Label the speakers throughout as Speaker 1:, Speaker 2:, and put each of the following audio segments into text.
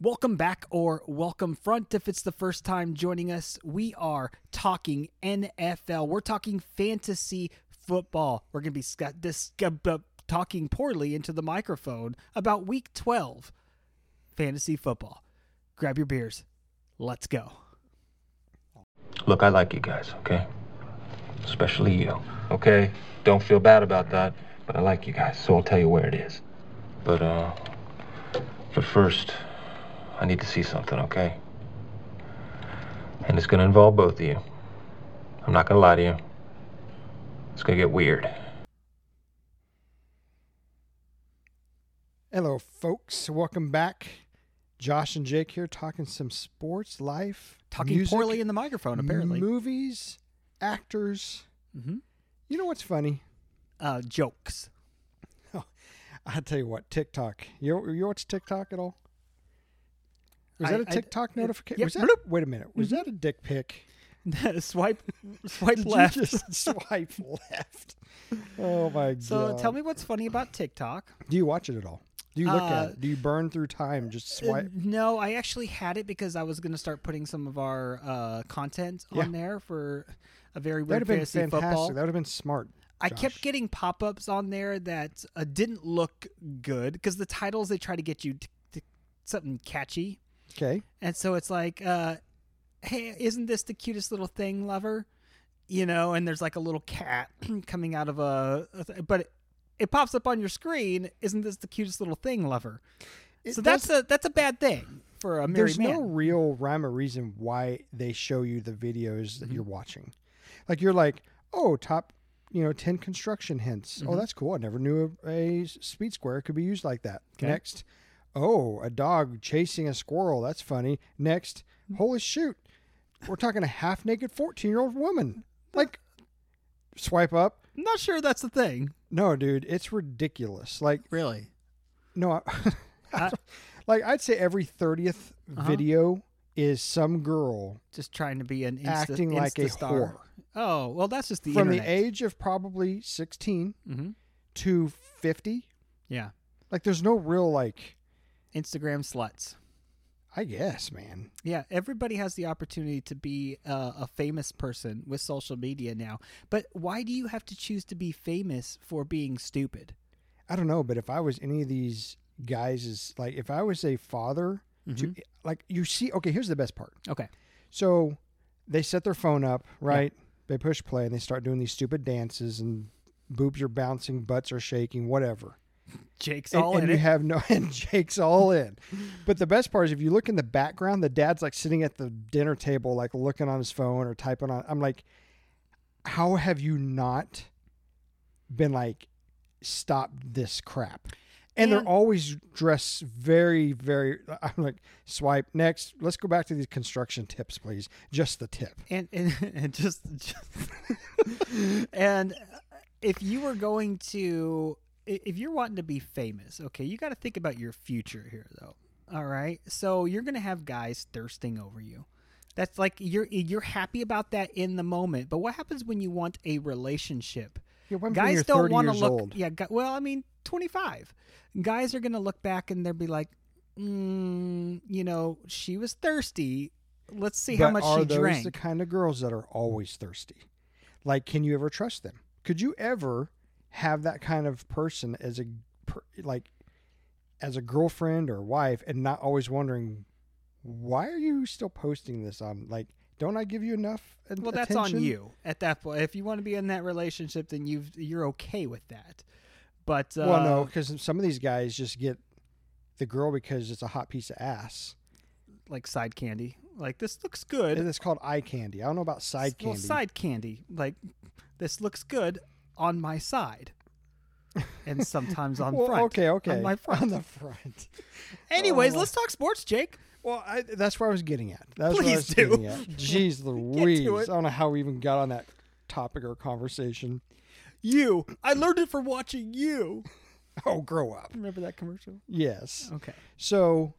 Speaker 1: Welcome back or welcome front if it's the first time joining us. We are talking NFL. We're talking fantasy football. We're going to be sc- dis- g- b- talking poorly into the microphone about week 12 fantasy football. Grab your beers. Let's go.
Speaker 2: Look, I like you guys, okay? Especially you, okay? Don't feel bad about that, but I like you guys, so I'll tell you where it is. But, uh, but first, I need to see something, okay? And it's gonna involve both of you. I'm not gonna lie to you. It's gonna get weird.
Speaker 3: Hello, folks. Welcome back. Josh and Jake here talking some sports, life,
Speaker 1: Talking
Speaker 3: music,
Speaker 1: poorly in the microphone, apparently.
Speaker 3: movies, actors.
Speaker 1: Mhm.
Speaker 3: You know what's funny?
Speaker 1: Uh, jokes.
Speaker 3: I tell you what, TikTok. You you watch TikTok at all? Was
Speaker 1: I-
Speaker 3: that a
Speaker 1: I-
Speaker 3: TikTok
Speaker 1: it-
Speaker 3: notification?
Speaker 1: yep.
Speaker 3: was that,
Speaker 1: Bloop. Mm-hmm.
Speaker 3: Wait a minute. Was that a dick pic?
Speaker 1: swipe swipe
Speaker 3: Did
Speaker 1: left.
Speaker 3: you just swipe left? Oh my god!
Speaker 1: so tell me what's funny about TikTok.
Speaker 3: do you watch it at all? Do you look
Speaker 1: Uh,
Speaker 3: at it? Do you burn through time just
Speaker 1: Uh,
Speaker 3: swipe?
Speaker 1: No, I actually had it because I was going to start putting some of our uh, content
Speaker 3: Yeah.
Speaker 1: on there for a very
Speaker 3: That would
Speaker 1: weird
Speaker 3: have been
Speaker 1: fantasy
Speaker 3: fantastic.
Speaker 1: football.
Speaker 3: That would have been smart.
Speaker 1: I
Speaker 3: Josh.
Speaker 1: kept getting pop ups on there that uh, didn't look good because the titles they try to get you t- t- something catchy,
Speaker 3: okay.
Speaker 1: and so it's like, uh, "Hey, isn't this the cutest little thing, lover?" You know, and there's like a little cat coming out of a, a th- but. It, it pops up on your screen. Isn't this the cutest little thing, lover?
Speaker 3: It
Speaker 1: so
Speaker 3: does-
Speaker 1: that's a that's a bad thing for a married
Speaker 3: there's
Speaker 1: man.
Speaker 3: no real rhyme or reason why they show you the videos that
Speaker 1: Mm-hmm.
Speaker 3: you're watching. Like you're like, oh, top, you know, ten construction hints.
Speaker 1: Mm-hmm.
Speaker 3: Oh, that's cool. I never knew a, a speed square could be used like that. Next, oh, a dog chasing a squirrel. That's funny. Next,
Speaker 1: Mm-hmm.
Speaker 3: holy shoot, we're talking a half-naked fourteen-year-old woman. Like, swipe up.
Speaker 1: I'm not sure that's the thing.
Speaker 3: No, dude, it's ridiculous. Like,
Speaker 1: Really?
Speaker 3: no, I,
Speaker 1: I- Uh-huh.
Speaker 3: like I'd say every 30th video is some girl
Speaker 1: Just trying to be an insta,
Speaker 3: acting like a
Speaker 1: Insta-star.
Speaker 3: whore
Speaker 1: Oh well, that's just the
Speaker 3: from
Speaker 1: internet.
Speaker 3: the age of probably 16
Speaker 1: Mhm.
Speaker 3: to 50.
Speaker 1: Yeah,
Speaker 3: Like there's no real like
Speaker 1: Instagram sluts.
Speaker 3: I guess, man.
Speaker 1: Yeah, everybody has the opportunity to be uh, a famous person with social media now. But why do you have to choose to be famous for being stupid?
Speaker 3: I don't know, but if I was any of these guys is like if I was a father to
Speaker 1: Mm-hmm.
Speaker 3: like you see okay, here's the best part.
Speaker 1: Okay.
Speaker 3: So they set their phone up, right? They push play and they start doing these stupid dances and boobs are bouncing, butts are shaking, whatever.
Speaker 1: Jake's
Speaker 3: and,
Speaker 1: all
Speaker 3: and
Speaker 1: in
Speaker 3: you
Speaker 1: it.
Speaker 3: have no and jake's all in but the best part is if you look in the background the dad's like sitting at the dinner table like looking on his phone or typing on i'm like how have you not been like stop this crap
Speaker 1: And-
Speaker 3: and, they're always dressed very very i'm like swipe next let's go back to these construction tips please just the tip
Speaker 1: and and, and just, just- and if you were going to i- if you're wanting to be famous okay you got to think about your future here though all right so you're gonna have guys thirsting over you that's like you're you're happy about that in the moment but what happens when you want a relationship
Speaker 3: Yeah, what happens when
Speaker 1: guys
Speaker 3: you're
Speaker 1: don't
Speaker 3: 30
Speaker 1: wanna
Speaker 3: years
Speaker 1: look
Speaker 3: old?
Speaker 1: yeah gu- well i mean 25 guys are gonna look back and they'll be like mm, you know she was thirsty let's see how
Speaker 3: But
Speaker 1: much
Speaker 3: are
Speaker 1: she
Speaker 3: those
Speaker 1: drank
Speaker 3: the kind of girls that are always thirsty? Like, can you ever trust them? Could you ever have that kind of person as a per- like as a girlfriend or wife, and not always wondering why are you still posting this on? Like, don't I give you enough? at-
Speaker 1: Well, that's on
Speaker 3: attention?
Speaker 1: you at that point. If you want to be in that relationship, then you've you're okay with that. But uh,
Speaker 3: well, no, because some of these guys just get the girl because it's a hot piece of ass,
Speaker 1: like side candy, like this looks good.
Speaker 3: and it's called eye candy. I don't know about side
Speaker 1: well,
Speaker 3: candy.
Speaker 1: side candy, like this looks good on my side, and sometimes on
Speaker 3: Well,
Speaker 1: front.
Speaker 3: okay, okay,
Speaker 1: on my front.
Speaker 3: on the front.
Speaker 1: Anyways,
Speaker 3: oh.
Speaker 1: let's talk sports, Jake.
Speaker 3: Well, I, that's where I was getting at. That's what I
Speaker 1: Please
Speaker 3: was
Speaker 1: do.
Speaker 3: Getting at. Jeez Louise.
Speaker 1: it.
Speaker 3: I don't know how we even got on that topic or conversation.
Speaker 1: You, I learned it from watching you.
Speaker 3: Oh, grow up.
Speaker 1: Remember that commercial?
Speaker 3: Yes.
Speaker 1: Okay.
Speaker 3: So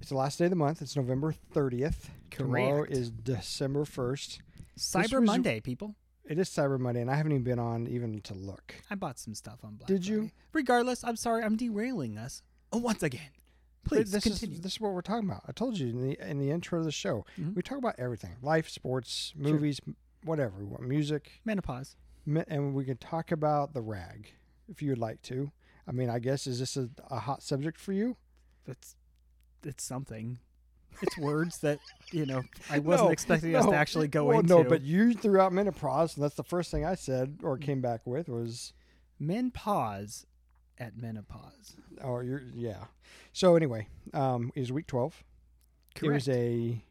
Speaker 3: it's the last day of the month. It's November 30th. Tomorrow
Speaker 1: Correct.
Speaker 3: is December 1st.
Speaker 1: Cyber
Speaker 3: was-
Speaker 1: Monday, people.
Speaker 3: It is Cyber Monday, and I haven't even been on even to look.
Speaker 1: I bought some stuff on Black.
Speaker 3: Did you?
Speaker 1: Friday. Regardless, I'm sorry, I'm derailing us Oh, once again.
Speaker 3: Th-
Speaker 1: Please
Speaker 3: this
Speaker 1: continue.
Speaker 3: is this is what we're talking about. I told you in the in the intro of the show,
Speaker 1: Mhm.
Speaker 3: we talk about everything: life, sports, movies, m whatever we want, music,
Speaker 1: Menopause.
Speaker 3: mi- and we can talk about the rag if you would like to. I mean, I guess is this a, a hot subject for you?
Speaker 1: That's it's something. It's words that you know I wasn't
Speaker 3: No,
Speaker 1: expecting us to
Speaker 3: no,
Speaker 1: actually go
Speaker 3: well,
Speaker 1: into.
Speaker 3: No, but you threw out menopause, and that's the first thing I said or
Speaker 1: Mm.
Speaker 3: came back with was,
Speaker 1: men pause at menopause.
Speaker 3: "Oh, you're yeah." So anyway, um, it was week twelve. It was a,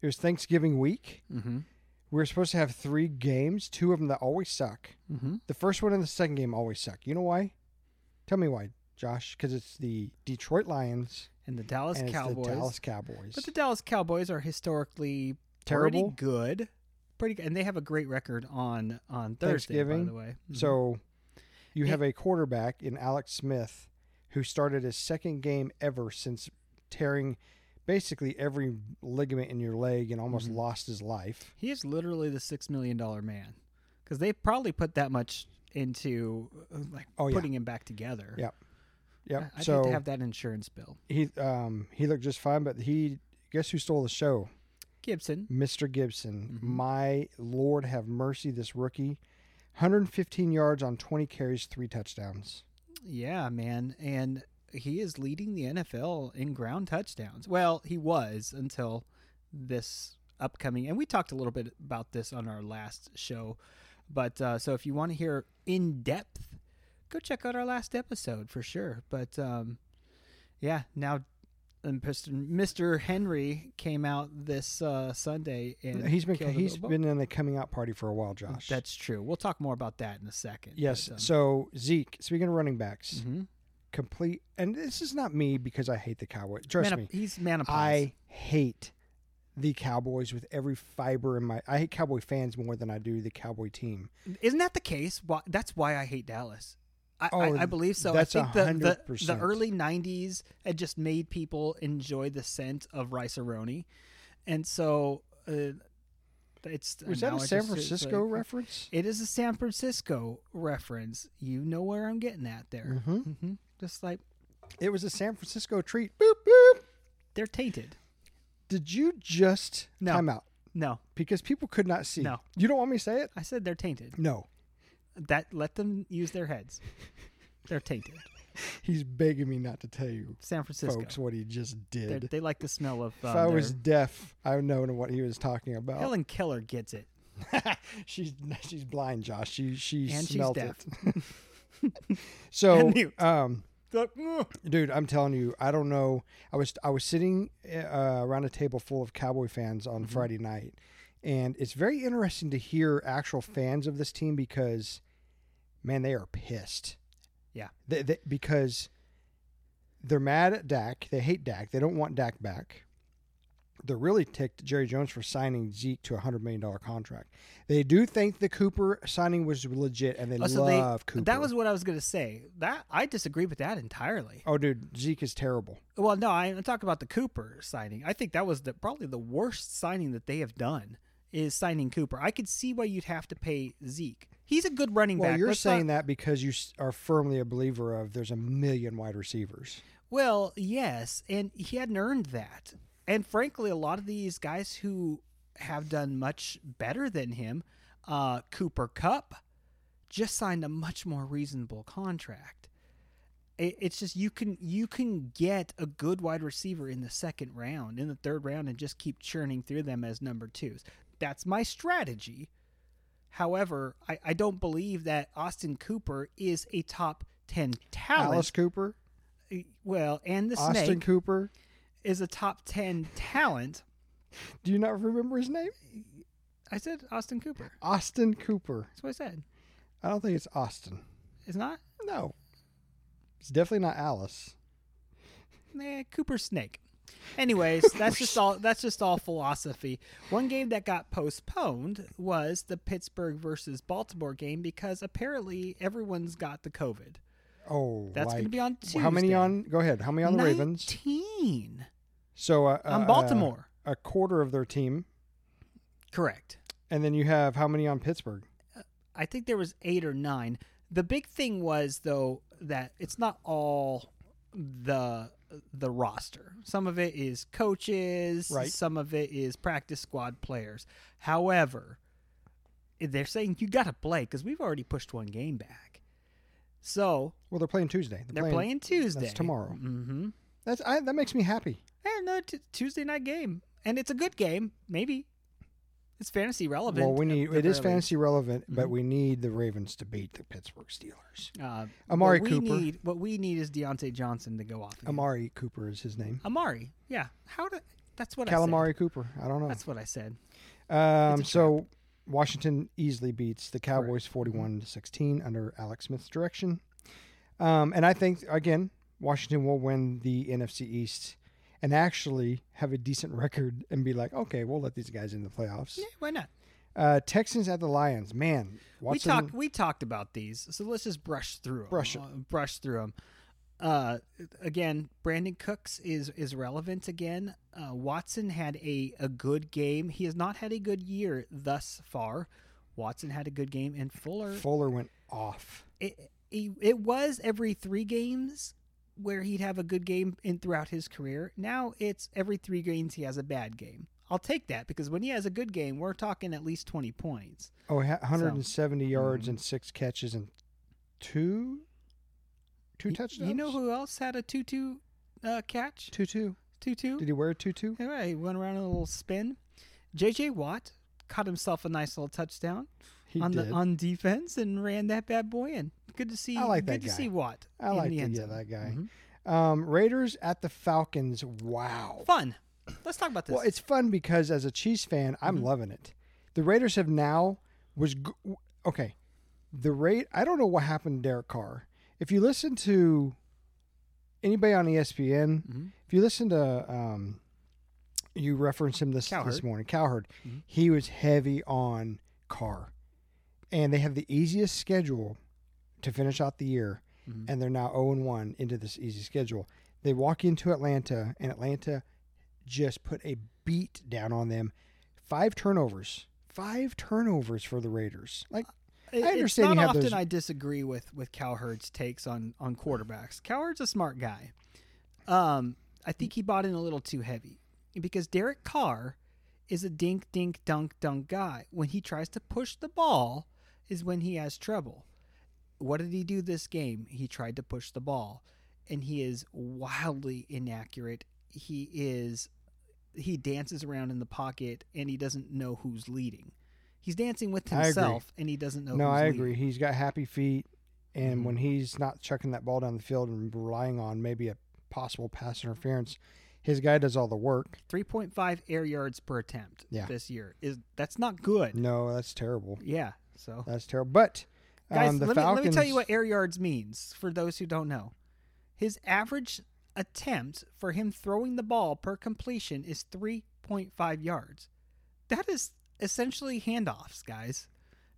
Speaker 3: it was Thanksgiving week.
Speaker 1: mm-hmm.
Speaker 3: We were supposed to have three games, two of them that always suck.
Speaker 1: Mm-hmm.
Speaker 3: The first one and the second game always suck. You know why? Tell me why, Josh. Because it's the Detroit Lions
Speaker 1: And the Dallas
Speaker 3: and it's
Speaker 1: Cowboys.
Speaker 3: the Dallas Cowboys.
Speaker 1: But the Dallas Cowboys are historically
Speaker 3: Terrible.
Speaker 1: pretty good. Pretty good. and they have a great record on on Thursday. By
Speaker 3: Thanksgiving.
Speaker 1: the way, Mhm.
Speaker 3: So you have a quarterback in Alex Smith who started his second game ever since tearing basically every ligament in your leg and almost
Speaker 1: Mhm.
Speaker 3: lost his life.
Speaker 1: He is literally the six million dollar man, because they probably put that much into uh, like
Speaker 3: Oh, yeah.
Speaker 1: putting him back together.
Speaker 3: Yeah. Yep.
Speaker 1: I, would
Speaker 3: so
Speaker 1: like to have that insurance bill.
Speaker 3: he um he looked just fine, but he guess who stole the show?
Speaker 1: Gibson,
Speaker 3: Mr. Gibson.
Speaker 1: Mhm.
Speaker 3: My Lord have mercy, this rookie. 115 yards on 20 carries, three touchdowns.
Speaker 1: yeah, man, and he is leading the NFL in ground touchdowns. Well, he was until this upcoming, and we talked a little bit about this on our last show. But uh, so if you want to hear in depth, go check out our last episode for sure. But um, yeah, now and Pist- Mr. Henry came out this uh, Sunday, and
Speaker 3: He's been
Speaker 1: killed a
Speaker 3: he's
Speaker 1: little-
Speaker 3: been in a coming out party for a while, Josh.
Speaker 1: That's true. We'll talk more about that in a second.
Speaker 3: yes.
Speaker 1: but, um,
Speaker 3: So Zeke, speaking of running backs,
Speaker 1: mhm.
Speaker 3: complete and this is not me because I hate the Cowboys. Trust
Speaker 1: Manip-
Speaker 3: me.
Speaker 1: he's menopause.
Speaker 3: I hate the Cowboys with every fiber in my I hate Cowboy fans more than I do the Cowboy team.
Speaker 1: Isn't that the case? Why, that's why I hate Dallas. I,
Speaker 3: Oh,
Speaker 1: I, I believe so.
Speaker 3: that's
Speaker 1: I think the, the, the
Speaker 3: 100%.
Speaker 1: early 90s had just made people enjoy the scent of rice aroni. And so uh, it's.
Speaker 3: Was
Speaker 1: now
Speaker 3: that
Speaker 1: I
Speaker 3: a
Speaker 1: just-
Speaker 3: San
Speaker 1: it's
Speaker 3: Francisco
Speaker 1: like-
Speaker 3: reference?
Speaker 1: It is a San Francisco reference. You know where I'm getting at there.
Speaker 3: Mhm.
Speaker 1: Mhm. Just like
Speaker 3: It was a San Francisco treat. Boop boop.
Speaker 1: they're tainted.
Speaker 3: Did you just
Speaker 1: No.
Speaker 3: time out?
Speaker 1: No,
Speaker 3: Because people could not see.
Speaker 1: No.
Speaker 3: You don't want me to say it?
Speaker 1: I said they're tainted.
Speaker 3: No.
Speaker 1: That let them use their heads. They're tainted.
Speaker 3: He's begging me not to tell you
Speaker 1: San Francisco.
Speaker 3: folks what he just
Speaker 1: They're-
Speaker 3: did.
Speaker 1: they like the smell of. Um,
Speaker 3: if I was
Speaker 1: their-
Speaker 3: deaf, I would know what he was talking about.
Speaker 1: Helen Keller gets it.
Speaker 3: she's she's blind, Josh. She she
Speaker 1: And she's
Speaker 3: smelt
Speaker 1: deaf.
Speaker 3: it. so,
Speaker 1: And mute.
Speaker 3: um,
Speaker 1: Like, "Ugh."
Speaker 3: dude, I'm telling you, I don't know. I was I was sitting uh, around a table full of Cowboy fans
Speaker 1: Mm-hmm.
Speaker 3: on Friday night, and it's very interesting to hear actual fans of this team because, man, they are pissed.
Speaker 1: Yeah.
Speaker 3: they, they, because they're mad at Dak. They hate Dak. They don't want Dak back. They're really ticked at Jerry Jones for signing Zeke to a hundred million dollar contract. They do think the Cooper signing was legit, and they
Speaker 1: Oh, so they-
Speaker 3: love Cooper.
Speaker 1: That was what I was going to say. That I disagree with that entirely.
Speaker 3: oh, dude, Zeke is terrible.
Speaker 1: Well, no, I, I'm talking about the Cooper signing. I think that was the, probably the worst signing that they have done is signing Cooper. I could see why you'd have to pay Zeke. He's a good running
Speaker 3: Well,
Speaker 1: back.
Speaker 3: you're
Speaker 1: Let's
Speaker 3: saying
Speaker 1: not-
Speaker 3: that because you s- are firmly a believer of there's a million wide receivers.
Speaker 1: Well, yes, and he hadn't earned that. And frankly, a lot of these guys who have done much better than him, uh, Cooper Cup, just signed a much more reasonable contract. It, it's just you can you can get a good wide receiver in the second round, in the third round, and just keep churning through them as number twos. That's my strategy. However, I, I don't believe that Austin Cooper is a top ten talent.
Speaker 3: Alice Cooper,
Speaker 1: Well, and the
Speaker 3: Austin
Speaker 1: snake
Speaker 3: Cooper.
Speaker 1: is a top ten talent.
Speaker 3: Do you not remember his name?
Speaker 1: I said Austin Cooper.
Speaker 3: Austin Cooper.
Speaker 1: That's what I said.
Speaker 3: I don't think it's Austin.
Speaker 1: It's not
Speaker 3: No, it's definitely not Alice.
Speaker 1: eh, Cooper Snake. Anyways, that's just all. That's just all philosophy. One game that got postponed was the Pittsburgh versus Baltimore game because apparently everyone's got the COVID.
Speaker 3: Oh,
Speaker 1: That's
Speaker 3: like,
Speaker 1: gonna be on
Speaker 3: How many
Speaker 1: Tuesday.
Speaker 3: on? Go ahead. How many on the Ravens?
Speaker 1: Nineteen
Speaker 3: So uh,
Speaker 1: on
Speaker 3: uh,
Speaker 1: Baltimore.
Speaker 3: a quarter of their team,
Speaker 1: Correct.
Speaker 3: and then you have how many on Pittsburgh?
Speaker 1: I think there was eight or nine. The big thing was though that it's not all the the roster. Some of it is coaches,
Speaker 3: Right.
Speaker 1: some of it is practice squad players. However, they're saying you got to play because we've already pushed one game back. So
Speaker 3: Well, they're playing Tuesday.
Speaker 1: they're playing, Tuesday.
Speaker 3: tomorrow.
Speaker 1: Mm-hmm.
Speaker 3: That's I, that makes me happy.
Speaker 1: And no, t- Tuesday night game. And it's a good game, maybe. It's fantasy relevant.
Speaker 3: well, we
Speaker 1: at
Speaker 3: need
Speaker 1: the Mm-hmm.
Speaker 3: it is
Speaker 1: very least.
Speaker 3: fantasy relevant, but we need the Ravens to beat the Pittsburgh Steelers.
Speaker 1: Uh,
Speaker 3: Amari
Speaker 1: what we
Speaker 3: Cooper.
Speaker 1: Need, what we need is Deontay Johnson to go off. again.
Speaker 3: Amari Cooper is his name.
Speaker 1: Amari. Yeah. How do? That's what I said.
Speaker 3: Calamari Cooper. I don't know.
Speaker 1: That's what I said.
Speaker 3: Um,
Speaker 1: It's a
Speaker 3: so Washington easily beats the
Speaker 1: Mm-hmm.
Speaker 3: Cowboys 41 to 16 under Alex Smith's direction. Um, and I think again, Washington will win the NFC East and actually have a decent record and be like, okay, we'll let these guys in the playoffs.
Speaker 1: Yeah, why not?
Speaker 3: Uh, Texans at the Lions. Man, Watson,
Speaker 1: we talked. We talked about these, so let's just brush through them.
Speaker 3: Brush it.
Speaker 1: brush through them. Uh, again, Brandon Cooks is is relevant again. Uh, Watson had a a good game. He has not had a good year thus far. Watson had a good game, and Fuller
Speaker 3: Fuller went off.
Speaker 1: it, it, it was every three games where he'd have a good game in throughout his career. Now it's every three games he has a bad game. I'll take that because when he has a good game, we're talking at least twenty points.
Speaker 3: Oh, ha- 170 yards
Speaker 1: mm.
Speaker 3: and six catches and two, two
Speaker 1: Y-
Speaker 3: touchdowns.
Speaker 1: You know who else had a two-two uh, catch?
Speaker 3: Two two.
Speaker 1: Two-two.
Speaker 3: Did he wear a two two?
Speaker 1: All right, he went around in a little spin. J.J. Watt caught himself a nice little touchdown
Speaker 3: He
Speaker 1: on
Speaker 3: did.
Speaker 1: the on defense and ran that bad boy in. Good to see.
Speaker 3: I like that
Speaker 1: Good to
Speaker 3: guy.
Speaker 1: see Watt.
Speaker 3: I
Speaker 1: in
Speaker 3: like
Speaker 1: the
Speaker 3: to
Speaker 1: end
Speaker 3: get
Speaker 1: zone. Mm-hmm.
Speaker 3: that guy. Um, Raiders at the Falcons. Wow.
Speaker 1: Fun. Let's talk about this. Mm-hmm.
Speaker 3: Well, it's fun because as a Chiefs fan, I'm loving it. The Raiders have now was g- w- okay. The rate I don't know what happened to Derek Carr. If you listen to anybody on E ESPN,
Speaker 1: Mm-hmm.
Speaker 3: if you listen to um, you referenced him this this
Speaker 1: Cowherd.
Speaker 3: morning, Cowherd, he was heavy on Carr, and they have the easiest schedule to finish out the year, and they're now 0 and 1 into this easy schedule. They walk into Atlanta, and Atlanta just put a beat down on them. Five turnovers. Five turnovers for the Raiders. Like,
Speaker 1: It-
Speaker 3: I understand
Speaker 1: it's
Speaker 3: you
Speaker 1: not
Speaker 3: have
Speaker 1: often
Speaker 3: those-
Speaker 1: I disagree with with Cowherd's takes on on quarterbacks. Cowherd's a smart guy. Um, I think he bought in a little too heavy because Derek Carr is a dink dink dunk dunk guy. When he tries to push the ball, is when he has trouble. What did he do this game? He tried to push the ball, and he is wildly inaccurate. He is he dances around in the pocket, and he doesn't know who's leading. He's dancing with
Speaker 3: I agree.
Speaker 1: himself, and he doesn't know.
Speaker 3: no,
Speaker 1: who's
Speaker 3: I
Speaker 1: leading.
Speaker 3: agree. He's got happy feet, and
Speaker 1: Mm-hmm.
Speaker 3: when he's not chucking that ball down the field and relying on maybe a possible pass interference, his guy does all the work.
Speaker 1: 3.5 air yards per attempt
Speaker 3: Yeah.
Speaker 1: this year is that's not good.
Speaker 3: No, that's terrible.
Speaker 1: Yeah. So
Speaker 3: That's terrible. But um,
Speaker 1: guys,
Speaker 3: Uh, the
Speaker 1: let, me,
Speaker 3: Falcons,
Speaker 1: let me tell you what air yards means for those who don't know. His average attempt for him throwing the ball per completion is 3.5 yards. That is essentially handoffs, guys.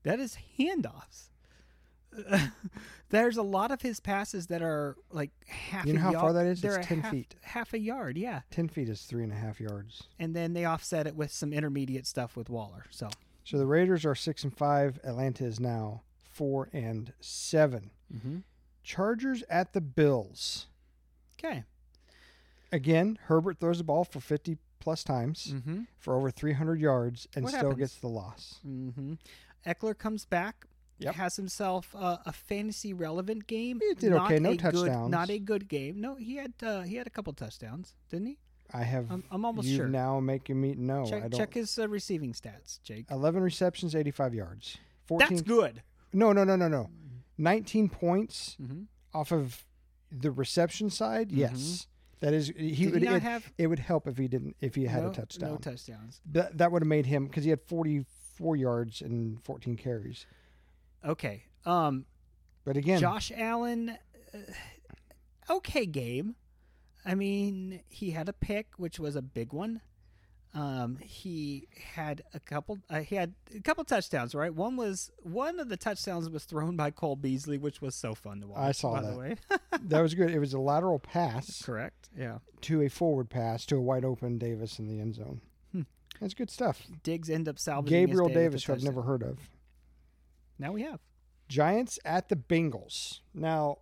Speaker 1: That is handoffs. There's a lot of his passes that are like half.
Speaker 3: You know
Speaker 1: a
Speaker 3: how
Speaker 1: yard.
Speaker 3: far that is?
Speaker 1: They're
Speaker 3: It's
Speaker 1: a
Speaker 3: 10
Speaker 1: half-
Speaker 3: feet.
Speaker 1: Half a yard, yeah.
Speaker 3: Ten feet is three and a half yards.
Speaker 1: And then they offset it with some intermediate stuff with Waller. So
Speaker 3: So the Raiders are six and five. Atlanta is now four and 7
Speaker 1: Mhm.
Speaker 3: Chargers at the Bills.
Speaker 1: Okay.
Speaker 3: Again, Herbert throws the ball for fifty plus times
Speaker 1: Mm-hmm.
Speaker 3: for over three hundred yards and
Speaker 1: What
Speaker 3: still
Speaker 1: happens?
Speaker 3: gets the loss.
Speaker 1: Mm-hmm. Eckler comes back.
Speaker 3: Yep.
Speaker 1: Has himself uh, a fantasy relevant game.
Speaker 3: He did okay, no
Speaker 1: a good-
Speaker 3: touchdowns.
Speaker 1: not a good game. No, he had uh, he had a couple touchdowns, didn't he?
Speaker 3: I have.
Speaker 1: I'm, I'm almost
Speaker 3: you
Speaker 1: sure.
Speaker 3: now making me no.
Speaker 1: check,
Speaker 3: Oh, I don't.
Speaker 1: check his uh, receiving stats, Jake.
Speaker 3: Eleven receptions, eighty-five yards. Fourteen.
Speaker 1: That's good.
Speaker 3: No, no, no, no, no. Nineteen points
Speaker 1: Mm-hmm.
Speaker 3: off of the reception side. Yes, that is. He
Speaker 1: he
Speaker 3: would.
Speaker 1: not
Speaker 3: it,
Speaker 1: have-
Speaker 3: it would help if he didn't. If he had
Speaker 1: no,
Speaker 3: a touchdown.
Speaker 1: No touchdowns.
Speaker 3: that that would have made him because he had forty-four yards and fourteen carries.
Speaker 1: Okay. Um,
Speaker 3: But again,
Speaker 1: Josh Allen, uh, okay game. I mean, he had a pick, which was a big one. Um, he had a couple. Uh, he had a couple touchdowns, right? One was one of the touchdowns was thrown by Cole Beasley, which was so fun to watch.
Speaker 3: I saw
Speaker 1: by
Speaker 3: that.
Speaker 1: The way.
Speaker 3: that was good. It was a lateral pass
Speaker 1: Correct. Yeah.
Speaker 3: to a forward pass to a wide open Davis in the end zone.
Speaker 1: Hmm.
Speaker 3: That's good stuff.
Speaker 1: Diggs end up salvaging his
Speaker 3: Gabriel
Speaker 1: day with a
Speaker 3: Davis, who I've
Speaker 1: touchdown.
Speaker 3: never heard of.
Speaker 1: Now we have.
Speaker 3: Giants at the Bengals. Now,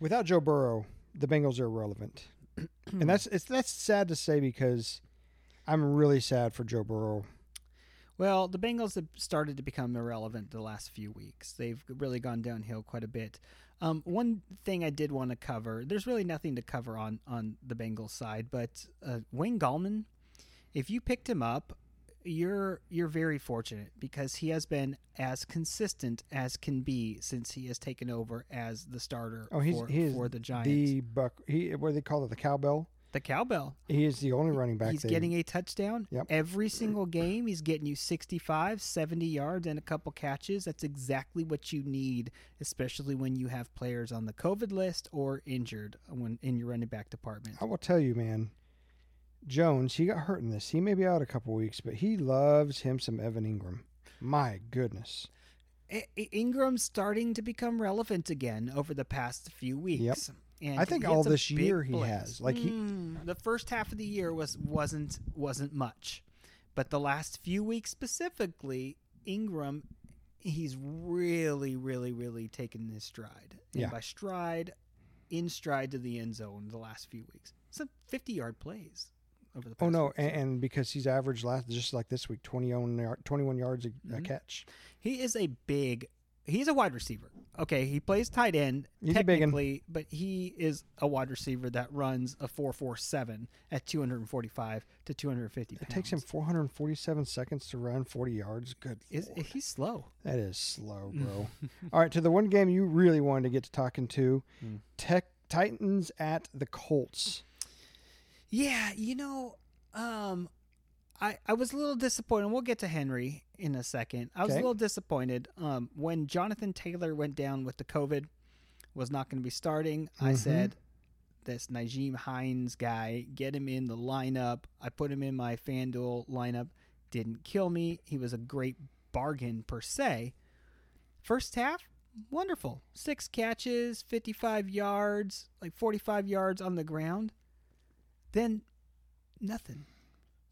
Speaker 3: without Joe Burrow, the Bengals are irrelevant, and that's it's that's sad to say because I'm really sad for Joe Burrow.
Speaker 1: Well, the Bengals have started to become irrelevant the last few weeks. They've really gone downhill quite a bit. Um, one thing I did want to cover, there's really nothing to cover on on the Bengals side, but uh, Wayne Gallman, if you picked him up, you're you're very fortunate because he has been as consistent as can be since he has taken over as the starter
Speaker 3: Oh, he's
Speaker 1: for,
Speaker 3: he is
Speaker 1: for the Giants.
Speaker 3: The buck. He what do they call it? The cowbell.
Speaker 1: the cowbell.
Speaker 3: He is the only running back.
Speaker 1: He's
Speaker 3: they-
Speaker 1: getting a touchdown
Speaker 3: Yep.
Speaker 1: every single game. He's getting you 65, 70 yards, and a couple catches. That's exactly what you need, especially when you have players on the COVID list or injured when in your running back department.
Speaker 3: I will tell you, man. Jones, he got hurt in this. He may be out a couple weeks, but he loves him some Evan Ingram. My goodness.
Speaker 1: I- I- Ingram's starting to become relevant again over the past few weeks. And
Speaker 3: I think
Speaker 1: he
Speaker 3: all
Speaker 1: has a
Speaker 3: this
Speaker 1: big
Speaker 3: year he
Speaker 1: blitz.
Speaker 3: has. Like, he-
Speaker 1: Mm, the first half of the year was wasn't wasn't much, but the last few weeks specifically, Ingram, he's really really really taken his stride. And
Speaker 3: Yeah.
Speaker 1: by stride, in stride to the end zone the last few weeks. Some fifty yard plays over the. Past
Speaker 3: Oh no,
Speaker 1: weeks.
Speaker 3: and, and because he's averaged last just like this week, 20 own yard- 21 yards a, a
Speaker 1: Mhm.
Speaker 3: catch.
Speaker 1: He is a big. He's a wide receiver. Okay, he plays tight end
Speaker 3: He's a big 'un.
Speaker 1: technically, but he is a wide receiver that runs a four four seven at two hundred and forty five to two hundred and fifty.
Speaker 3: It takes him 447 seconds to run 40 yards. Good.
Speaker 1: Is
Speaker 3: lord.
Speaker 1: he's slow?
Speaker 3: That is slow, bro. All right, to the one game you really wanted to get to talking to,
Speaker 1: Mm.
Speaker 3: Tech Titans at the Colts.
Speaker 1: Yeah, you know, um, I I was a little disappointed. We'll get to Henry in a second. I was a
Speaker 3: Okay.
Speaker 1: little disappointed um, when Jonathan Taylor went down with the COVID, was not going to be starting. I
Speaker 3: Mhm.
Speaker 1: said, this Najim Hines guy, get him in the lineup. I put him in my FanDuel lineup. Didn't kill me. He was a great bargain per se. First half, wonderful. Six catches, 55 yards, like 45 yards on the ground. Then nothing.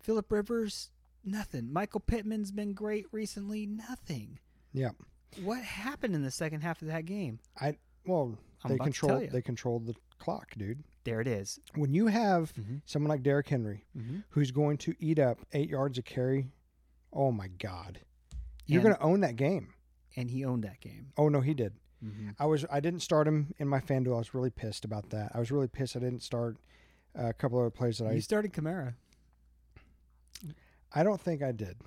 Speaker 1: Philip Rivers, nothing. Michael Pittman's been great recently, nothing.
Speaker 3: Yeah.
Speaker 1: What happened in the second half of that game?
Speaker 3: I well,
Speaker 1: I'm
Speaker 3: they
Speaker 1: about to tell
Speaker 3: control
Speaker 1: you.
Speaker 3: they controlled the clock, dude.
Speaker 1: There it is.
Speaker 3: When you have
Speaker 1: Mhm.
Speaker 3: someone like Derrick Henry who's going to eat up 8 yards a carry, oh my god. You're
Speaker 1: And-
Speaker 3: going to own that game.
Speaker 1: And he owned that game.
Speaker 3: Oh no, he did.
Speaker 1: Mm-hmm.
Speaker 3: I was I didn't start him in my FanDuel. I was really pissed about that. I was really pissed. I didn't start a couple other players that I
Speaker 1: You started Kamara.
Speaker 3: I don't think I did.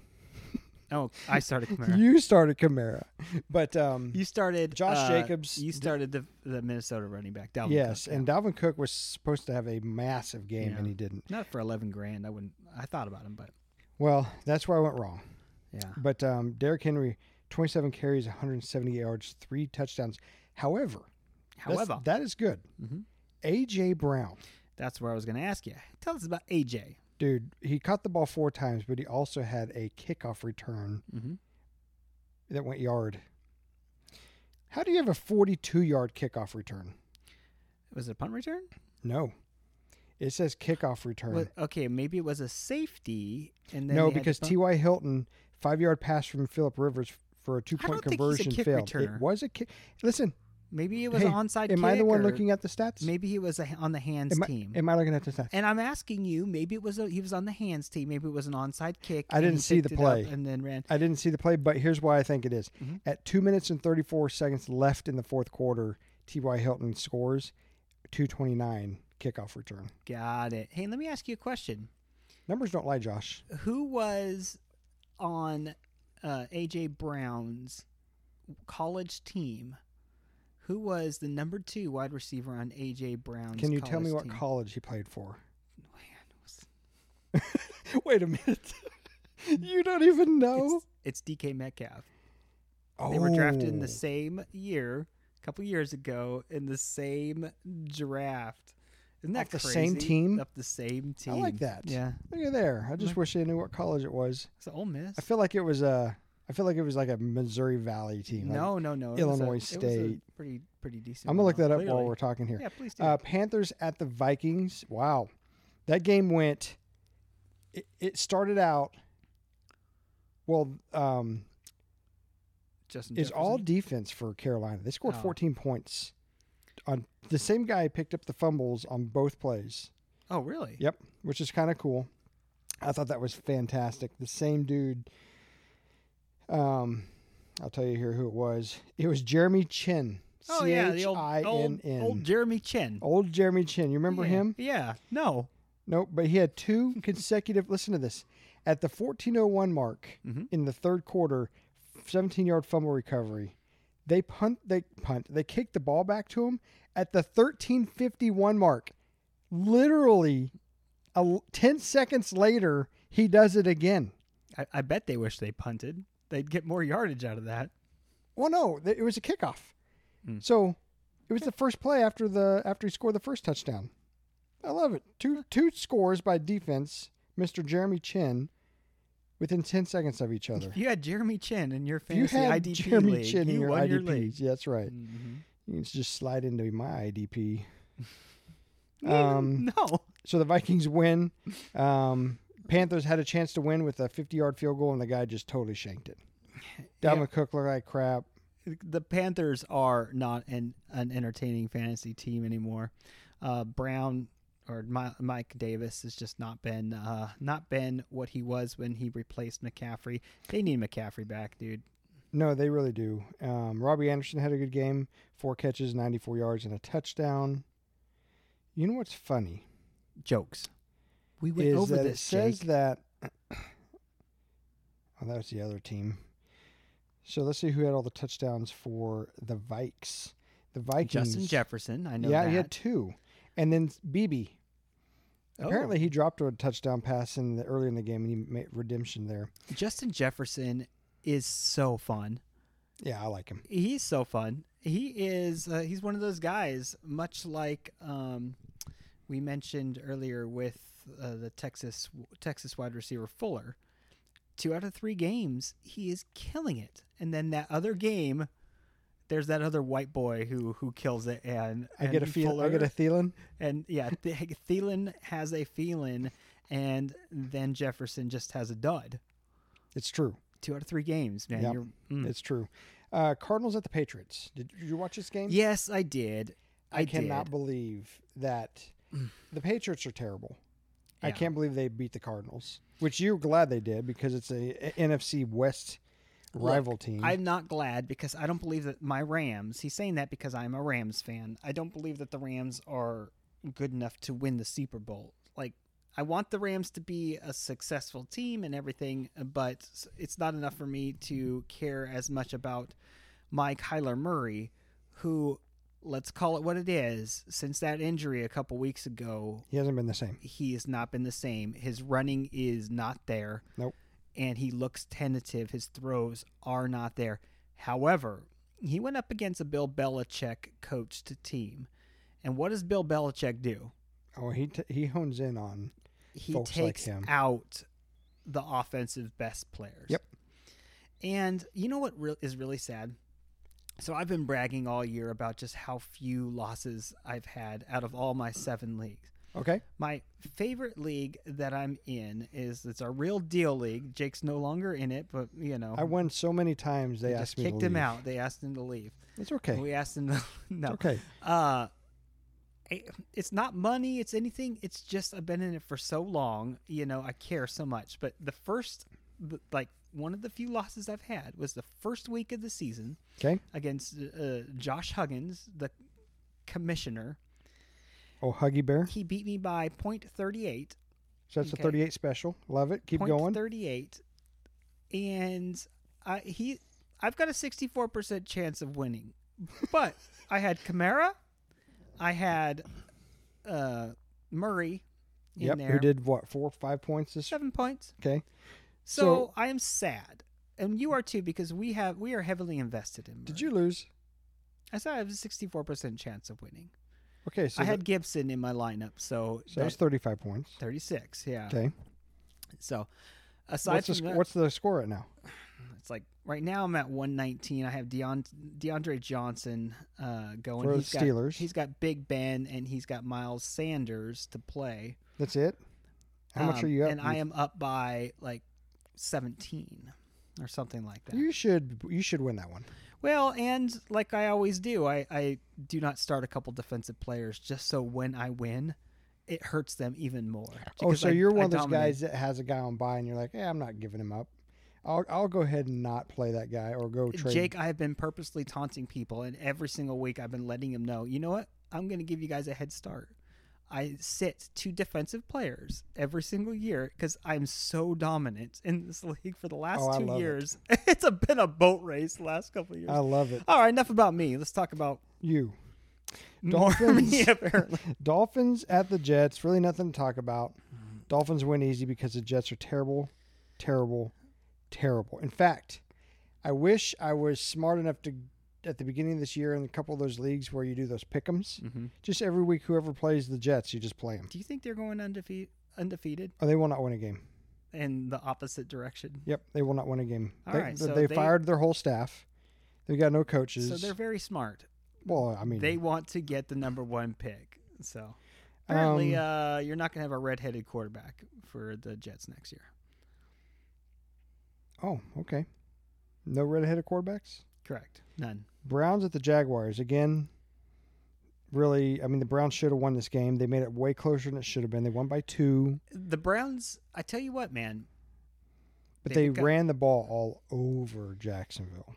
Speaker 1: Oh, I started Kamara.
Speaker 3: You started Kamara, but um,
Speaker 1: You started
Speaker 3: Josh
Speaker 1: uh,
Speaker 3: Jacobs
Speaker 1: You
Speaker 3: did-
Speaker 1: started the the Minnesota running back. Dalvin
Speaker 3: yes,
Speaker 1: Cook.
Speaker 3: and Dalvin Cook was supposed to have a massive game and
Speaker 1: Yeah.
Speaker 3: he didn't.
Speaker 1: not for eleven grand. I wouldn't. I thought about him, but
Speaker 3: Well, that's where I went wrong.
Speaker 1: yeah,
Speaker 3: But um, Derrick Henry, 27 carries, 170 yards, three touchdowns. However, that's-
Speaker 1: However,
Speaker 3: that is good.
Speaker 1: Mhm.
Speaker 3: AJ Brown,
Speaker 1: that's where I was going to ask you. Tell us about AJ.
Speaker 3: dude, he caught the ball four times, but he also had a kickoff return
Speaker 1: Mm-hmm.
Speaker 3: that went yard. How do you have a 42 yard kickoff return?
Speaker 1: Was it a punt return?
Speaker 3: No. It says kickoff return.
Speaker 1: Well, okay, maybe it was a safety, and then
Speaker 3: no,
Speaker 1: they had to
Speaker 3: because
Speaker 1: punt-
Speaker 3: T.Y. Hilton, five yard pass from Philip Rivers for a two
Speaker 1: I
Speaker 3: point
Speaker 1: don't think he's a
Speaker 3: conversion
Speaker 1: kick
Speaker 3: failed.
Speaker 1: returner.
Speaker 3: It was a kick. Listen,
Speaker 1: maybe it was
Speaker 3: hey,
Speaker 1: an onside.
Speaker 3: am I the
Speaker 1: kick,
Speaker 3: one
Speaker 1: or
Speaker 3: looking at the stats?
Speaker 1: Maybe he was a, on the hands
Speaker 3: am I,
Speaker 1: team.
Speaker 3: Am I looking at the stats?
Speaker 1: and I'm asking you, maybe it was a, he was on the hands team. Maybe it was an onside kick.
Speaker 3: I
Speaker 1: and
Speaker 3: didn't
Speaker 1: he
Speaker 3: see the
Speaker 1: picked it up
Speaker 3: play.
Speaker 1: and then ran.
Speaker 3: I didn't see the play, but here's why I think it is.
Speaker 1: Mhm.
Speaker 3: At two minutes and 34 seconds left in the fourth quarter, T.Y. Hilton scores 229 kickoff return.
Speaker 1: Got it. Hey, let me ask you a question.
Speaker 3: Numbers don't lie, Josh.
Speaker 1: who was on uh, AJ Brown's college team? Who was the number two wide receiver on AJ Brown's?
Speaker 3: Can you tell me
Speaker 1: college
Speaker 3: what
Speaker 1: team?
Speaker 3: college he played for?
Speaker 1: Man, it was-
Speaker 3: Wait a minute. you don't even know.
Speaker 1: It's, it's DK Metcalf. They were drafted
Speaker 3: Oh,
Speaker 1: in the same year, a couple years ago, in the same draft. Isn't that
Speaker 3: Off the same
Speaker 1: crazy?
Speaker 3: team?
Speaker 1: Up the same team.
Speaker 3: I like that.
Speaker 1: Yeah.
Speaker 3: Look at there. I just wish I knew what college it was.
Speaker 1: It's Ole Miss.
Speaker 3: I feel like it was a. I feel like it was like a Missouri Valley team. Like-
Speaker 1: no, no, no. it was a-
Speaker 3: Illinois
Speaker 1: it was a
Speaker 3: State.
Speaker 1: pretty, pretty decent.
Speaker 3: I'm gonna look
Speaker 1: one,
Speaker 3: that up while
Speaker 1: clearly.
Speaker 3: we're talking here.
Speaker 1: Yeah, please do.
Speaker 3: Uh, Panthers at the Vikings. Wow, that game went. It, it started out. Well, um,
Speaker 1: Justin
Speaker 3: it's all
Speaker 1: Jefferson.
Speaker 3: defense for Carolina. They scored
Speaker 1: Oh.
Speaker 3: 14 points on the same guy picked up the fumbles on both plays.
Speaker 1: Oh, really?
Speaker 3: Yep, which is kind of cool. I thought that was fantastic. The same dude. Um, I'll tell you here who it was. It was Jeremy Chin.
Speaker 1: Oh yeah, the old, old
Speaker 3: C H I N N.
Speaker 1: old Jeremy Chin.
Speaker 3: Old Jeremy Chin. You remember
Speaker 1: Yeah.
Speaker 3: him?
Speaker 1: Yeah. No.
Speaker 3: Nope. But he had two consecutive. listen to this. At the 14:01 mark
Speaker 1: Mhm.
Speaker 3: in the third quarter, 17-yard fumble recovery. They punt. They punt. They kicked the ball back to him at the 13:51 mark. Literally, a l- 10 seconds later, he does it again.
Speaker 1: I, I bet they wish they punted. They'd get more yardage out of that.
Speaker 3: Well, no, th- it was a kickoff.
Speaker 1: Hmm.
Speaker 3: So it was the first play after the after he scored the first touchdown. I love it. Two two scores by defense, Mr. Jeremy Chin, within ten seconds of each other.
Speaker 1: If you had Jeremy Chin in your
Speaker 3: If you
Speaker 1: fantasy
Speaker 3: had
Speaker 1: IDP
Speaker 3: Jeremy
Speaker 1: league,
Speaker 3: Chin in
Speaker 1: you
Speaker 3: your
Speaker 1: won
Speaker 3: IDP,
Speaker 1: your league.
Speaker 3: yeah, that's right.
Speaker 1: Mhm.
Speaker 3: You can just slide into my IDP. Um,
Speaker 1: no.
Speaker 3: so the Vikings win. Um, Panthers had a chance to win with a 50-yard field goal, and the guy just totally shanked it. Dalvin Cook looked like crap.
Speaker 1: the Panthers are not an, an entertaining fantasy team anymore. Uh, Brown or Mi- Mike Davis has just not been uh, not been what he was when he replaced McCaffrey. They need McCaffrey back, dude.
Speaker 3: No, they really do. Um, Robbie Anderson had a good game, four catches, 94 yards, and a touchdown. You know what's funny
Speaker 1: Jokes. We went
Speaker 3: is
Speaker 1: over
Speaker 3: that
Speaker 1: this.
Speaker 3: it says
Speaker 1: Jake.
Speaker 3: that. Oh, that was the other team. So let's see who had all the touchdowns for the Vikes. The Vikings.
Speaker 1: Justin Jefferson. I know
Speaker 3: Yeah,
Speaker 1: that.
Speaker 3: he had two, and then BB.
Speaker 1: Oh.
Speaker 3: Apparently, he dropped a touchdown pass in the early in the game, and he made redemption there.
Speaker 1: Justin Jefferson is so fun.
Speaker 3: Yeah, I like him.
Speaker 1: he's so fun. He is. Uh, he's one of those guys, much like um, we mentioned earlier with uh, the Texas Texas wide receiver Fuller. Two out of three games, he is killing it. And then that other game, there's that other white boy who who kills it. And
Speaker 3: I get a
Speaker 1: and
Speaker 3: feel. I
Speaker 1: Fuller-
Speaker 3: get a Thielen.
Speaker 1: and yeah, Th- Thielen has a feeling, and then Jefferson just has a dud.
Speaker 3: It's true.
Speaker 1: Two out of three games, man.
Speaker 3: Yep.
Speaker 1: You're, mm.
Speaker 3: It's true. Uh, Cardinals at the Patriots. Did, did you watch this game?
Speaker 1: Yes, I did. I,
Speaker 3: I, cannot
Speaker 1: did. Mm.
Speaker 3: believe that the Patriots are terrible. I
Speaker 1: Yeah.
Speaker 3: can't believe they beat the Cardinals, which you're glad they did because it's a, a NFC West rival team.
Speaker 1: I'm not glad because I don't believe that my Rams. He's saying that because I'm a Rams fan. I don't believe that the Rams are good enough to win the Super Bowl. Like I want the Rams to be a successful team and everything, but it's not enough for me to care as much about my Kyler Murray, who let's call it what it is, since that injury a couple weeks ago,
Speaker 3: he hasn't been the same.
Speaker 1: he has not been the same. His running is not there.
Speaker 3: Nope.
Speaker 1: And he looks tentative. His throws are not there. However, he went up against a Bill Belichick coached team. And what does Bill Belichick do?
Speaker 3: Oh, he t- he hones in on
Speaker 1: He
Speaker 3: Folks like
Speaker 1: takes
Speaker 3: him.
Speaker 1: out the offensive best players.
Speaker 3: Yep.
Speaker 1: And you know what re- is really sad? So I've been bragging all year about just how few losses I've had out of all my seven leagues.
Speaker 3: okay.
Speaker 1: My favorite league that I'm in is it's our real deal league. Jake's no longer in it, but you know,
Speaker 3: I won so many times they,
Speaker 1: they
Speaker 3: asked
Speaker 1: just
Speaker 3: me to
Speaker 1: kicked him
Speaker 3: leave.
Speaker 1: out. They asked him to leave.
Speaker 3: It's okay.
Speaker 1: We asked him to no.
Speaker 3: Okay.
Speaker 1: Uh, it- it's not money. It's anything. It's just I've been in it for so long. You know, I care so much. But the first, the- like one of the few losses I've had was the first week of the season
Speaker 3: Okay.
Speaker 1: against uh, Josh Huggins, the commissioner.
Speaker 3: Oh, Huggy Bear.
Speaker 1: He beat me by point thirty eight.
Speaker 3: So that's
Speaker 1: Okay.
Speaker 3: a 38 special. Love it. Keep
Speaker 1: Point
Speaker 3: going.
Speaker 1: 38 and I he I've got a 64% chance of winning. But I had Kamara, I had uh Murray in
Speaker 3: yep.
Speaker 1: there.
Speaker 3: Who did what? Four, five points this.
Speaker 1: 7 points.
Speaker 3: Okay.
Speaker 1: So,
Speaker 3: So-
Speaker 1: I am sad. And you are too because we have we are heavily invested in Murray.
Speaker 3: Did you lose?
Speaker 1: I said I have a 64% chance of winning.
Speaker 3: Okay. So
Speaker 1: I had
Speaker 3: that-
Speaker 1: Gibson in my lineup, so,
Speaker 3: so that's
Speaker 1: that-
Speaker 3: 35 points.
Speaker 1: 36, yeah.
Speaker 3: Okay.
Speaker 1: So aside
Speaker 3: What's the,
Speaker 1: from
Speaker 3: sc-
Speaker 1: that-
Speaker 3: what's the score right now?
Speaker 1: It's like right now I'm at 119. I have Deon- DeAndre Johnson uh, going.
Speaker 3: For the
Speaker 1: He's got-
Speaker 3: Steelers.
Speaker 1: he's got Big Ben and he's got Miles Sanders to play.
Speaker 3: That's it. How much
Speaker 1: Um,
Speaker 3: are you up?
Speaker 1: And I am up by like 17. or something like that.
Speaker 3: You should you should win that one.
Speaker 1: Well, and like I always do, I, I do not start a couple defensive players just so when I win, it hurts them even more.
Speaker 3: Oh,
Speaker 1: Because
Speaker 3: so
Speaker 1: I-
Speaker 3: you're one
Speaker 1: I
Speaker 3: of those
Speaker 1: dominate.
Speaker 3: guys that has a guy on buy, and you're like, yeah, I'm not giving him up. I'll I'll go ahead and not play that guy or go trade.
Speaker 1: Jake, I have been purposely taunting people, and every single week I've been letting him know, you know what? I'm going to give you guys a head start. I sit two defensive players every single year because I'm so dominant in this league for the last
Speaker 3: Oh, I
Speaker 1: two
Speaker 3: love it.
Speaker 1: years. it's a, been a boat race the last couple of years.
Speaker 3: I love it.
Speaker 1: All right, enough about me. Let's talk about
Speaker 3: You
Speaker 1: more
Speaker 3: dolphins.
Speaker 1: me, apparently.
Speaker 3: Dolphins at the Jets. Really nothing to talk about. Dolphins win easy because the Jets are terrible, terrible, terrible. In fact, I wish I was smart enough to at the beginning of this year in a couple of those leagues where you do those pickems.
Speaker 1: Mhm.
Speaker 3: Just every week, whoever plays the Jets, you just play them.
Speaker 1: Do you think they're going undefeated? Undefeated
Speaker 3: Oh, they will not win a game.
Speaker 1: in the opposite direction.
Speaker 3: Yep, they will not win a game.
Speaker 1: All
Speaker 3: they,
Speaker 1: right,
Speaker 3: th-
Speaker 1: so
Speaker 3: they
Speaker 1: they-
Speaker 3: fired their whole staff. They got no coaches.
Speaker 1: So they're very smart.
Speaker 3: well, I mean,
Speaker 1: They want to get the number one pick. So apparently, uh,
Speaker 3: Um,
Speaker 1: you're not going to have a redheaded quarterback for the Jets next year.
Speaker 3: oh, okay. No redheaded quarterbacks.
Speaker 1: Correct. None.
Speaker 3: Browns at the Jaguars again. Really, I mean, the Browns should have won this game. They made it way closer than it should have been. They won by two,
Speaker 1: The Browns. I tell you what, man.
Speaker 3: but they,
Speaker 1: They've got-
Speaker 3: ran the ball all over Jacksonville.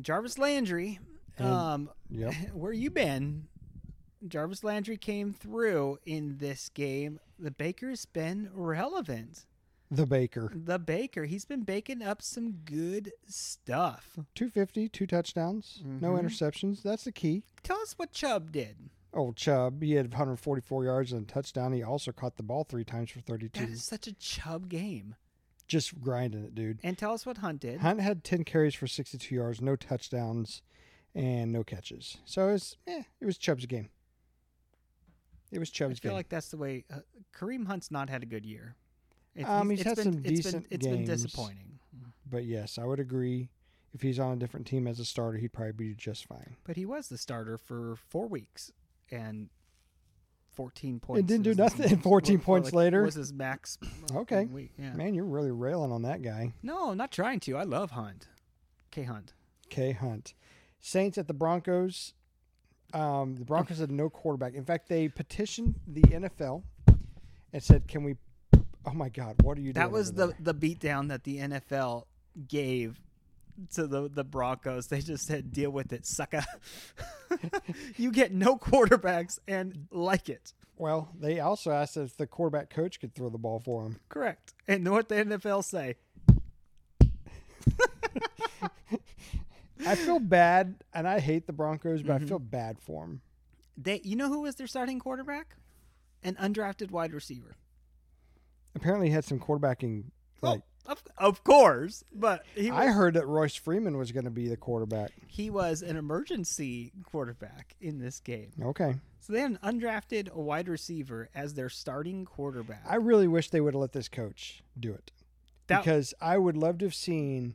Speaker 1: Jarvis Landry.
Speaker 3: And-
Speaker 1: um,
Speaker 3: Yep.
Speaker 1: where you been? Jarvis Landry came through in this game. The Baker's been relevant.
Speaker 3: The Baker.
Speaker 1: The Baker, he's been baking up some good stuff.
Speaker 3: 250, two touchdowns, no
Speaker 1: Mhm.
Speaker 3: interceptions. That's the key.
Speaker 1: Tell us what Chubb did.
Speaker 3: Old Chubb, he had 144 yards and a touchdown. He also caught the ball three times for 32.
Speaker 1: That is such a Chubb game.
Speaker 3: Just grinding it, dude.
Speaker 1: And tell us what Hunt did.
Speaker 3: Hunt had 10 carries for 62 yards, no touchdowns, and no catches. So it was, eh, it was Chubb's game. It was
Speaker 1: I
Speaker 3: Chubb's
Speaker 1: feel
Speaker 3: game.
Speaker 1: like that's the way uh, Kareem Hunt's not had a good year. It's,
Speaker 3: Um, he's had
Speaker 1: been,
Speaker 3: some
Speaker 1: it's
Speaker 3: decent
Speaker 1: been, it's been
Speaker 3: games.
Speaker 1: disappointing,
Speaker 3: But yes, I would agree. If he's on a different team as a starter, he'd probably be just fine.
Speaker 1: but he was the starter for four weeks and fourteen points.
Speaker 3: didn't do
Speaker 1: is-
Speaker 3: nothing. 14
Speaker 1: or
Speaker 3: points later.
Speaker 1: was his max.
Speaker 3: Okay.
Speaker 1: week, yeah.
Speaker 3: Man, you're really railing on that guy.
Speaker 1: No, not trying to. I love Hunt. K Hunt.
Speaker 3: K Hunt. Saints at the Broncos. Um, the Broncos had no quarterback. In fact, they petitioned the NFL and said, "Can we?" Oh my God, what are you doing?
Speaker 1: That was
Speaker 3: over
Speaker 1: the
Speaker 3: there?
Speaker 1: the beatdown that the NFL gave to the the Broncos. They just said, "Deal with it, sucker." you get no quarterbacks and like it.
Speaker 3: Well, they also asked if the quarterback coach could throw the ball for him.
Speaker 1: Correct. And what the NFL say?
Speaker 3: I feel bad, and I hate the Broncos, but
Speaker 1: Mm-hmm.
Speaker 3: I feel bad for them.
Speaker 1: They you know who was their starting quarterback? An undrafted wide receiver.
Speaker 3: Apparently, he had some quarterbacking. Like
Speaker 1: oh, of, of course, but he was,
Speaker 3: I heard that Royce Freeman was going to be the quarterback.
Speaker 1: he was an emergency quarterback in this game.
Speaker 3: Okay,
Speaker 1: So they had an undrafted wide receiver as their starting quarterback.
Speaker 3: I really wish they would have let this coach do it
Speaker 1: That-
Speaker 3: because I would love to have seen.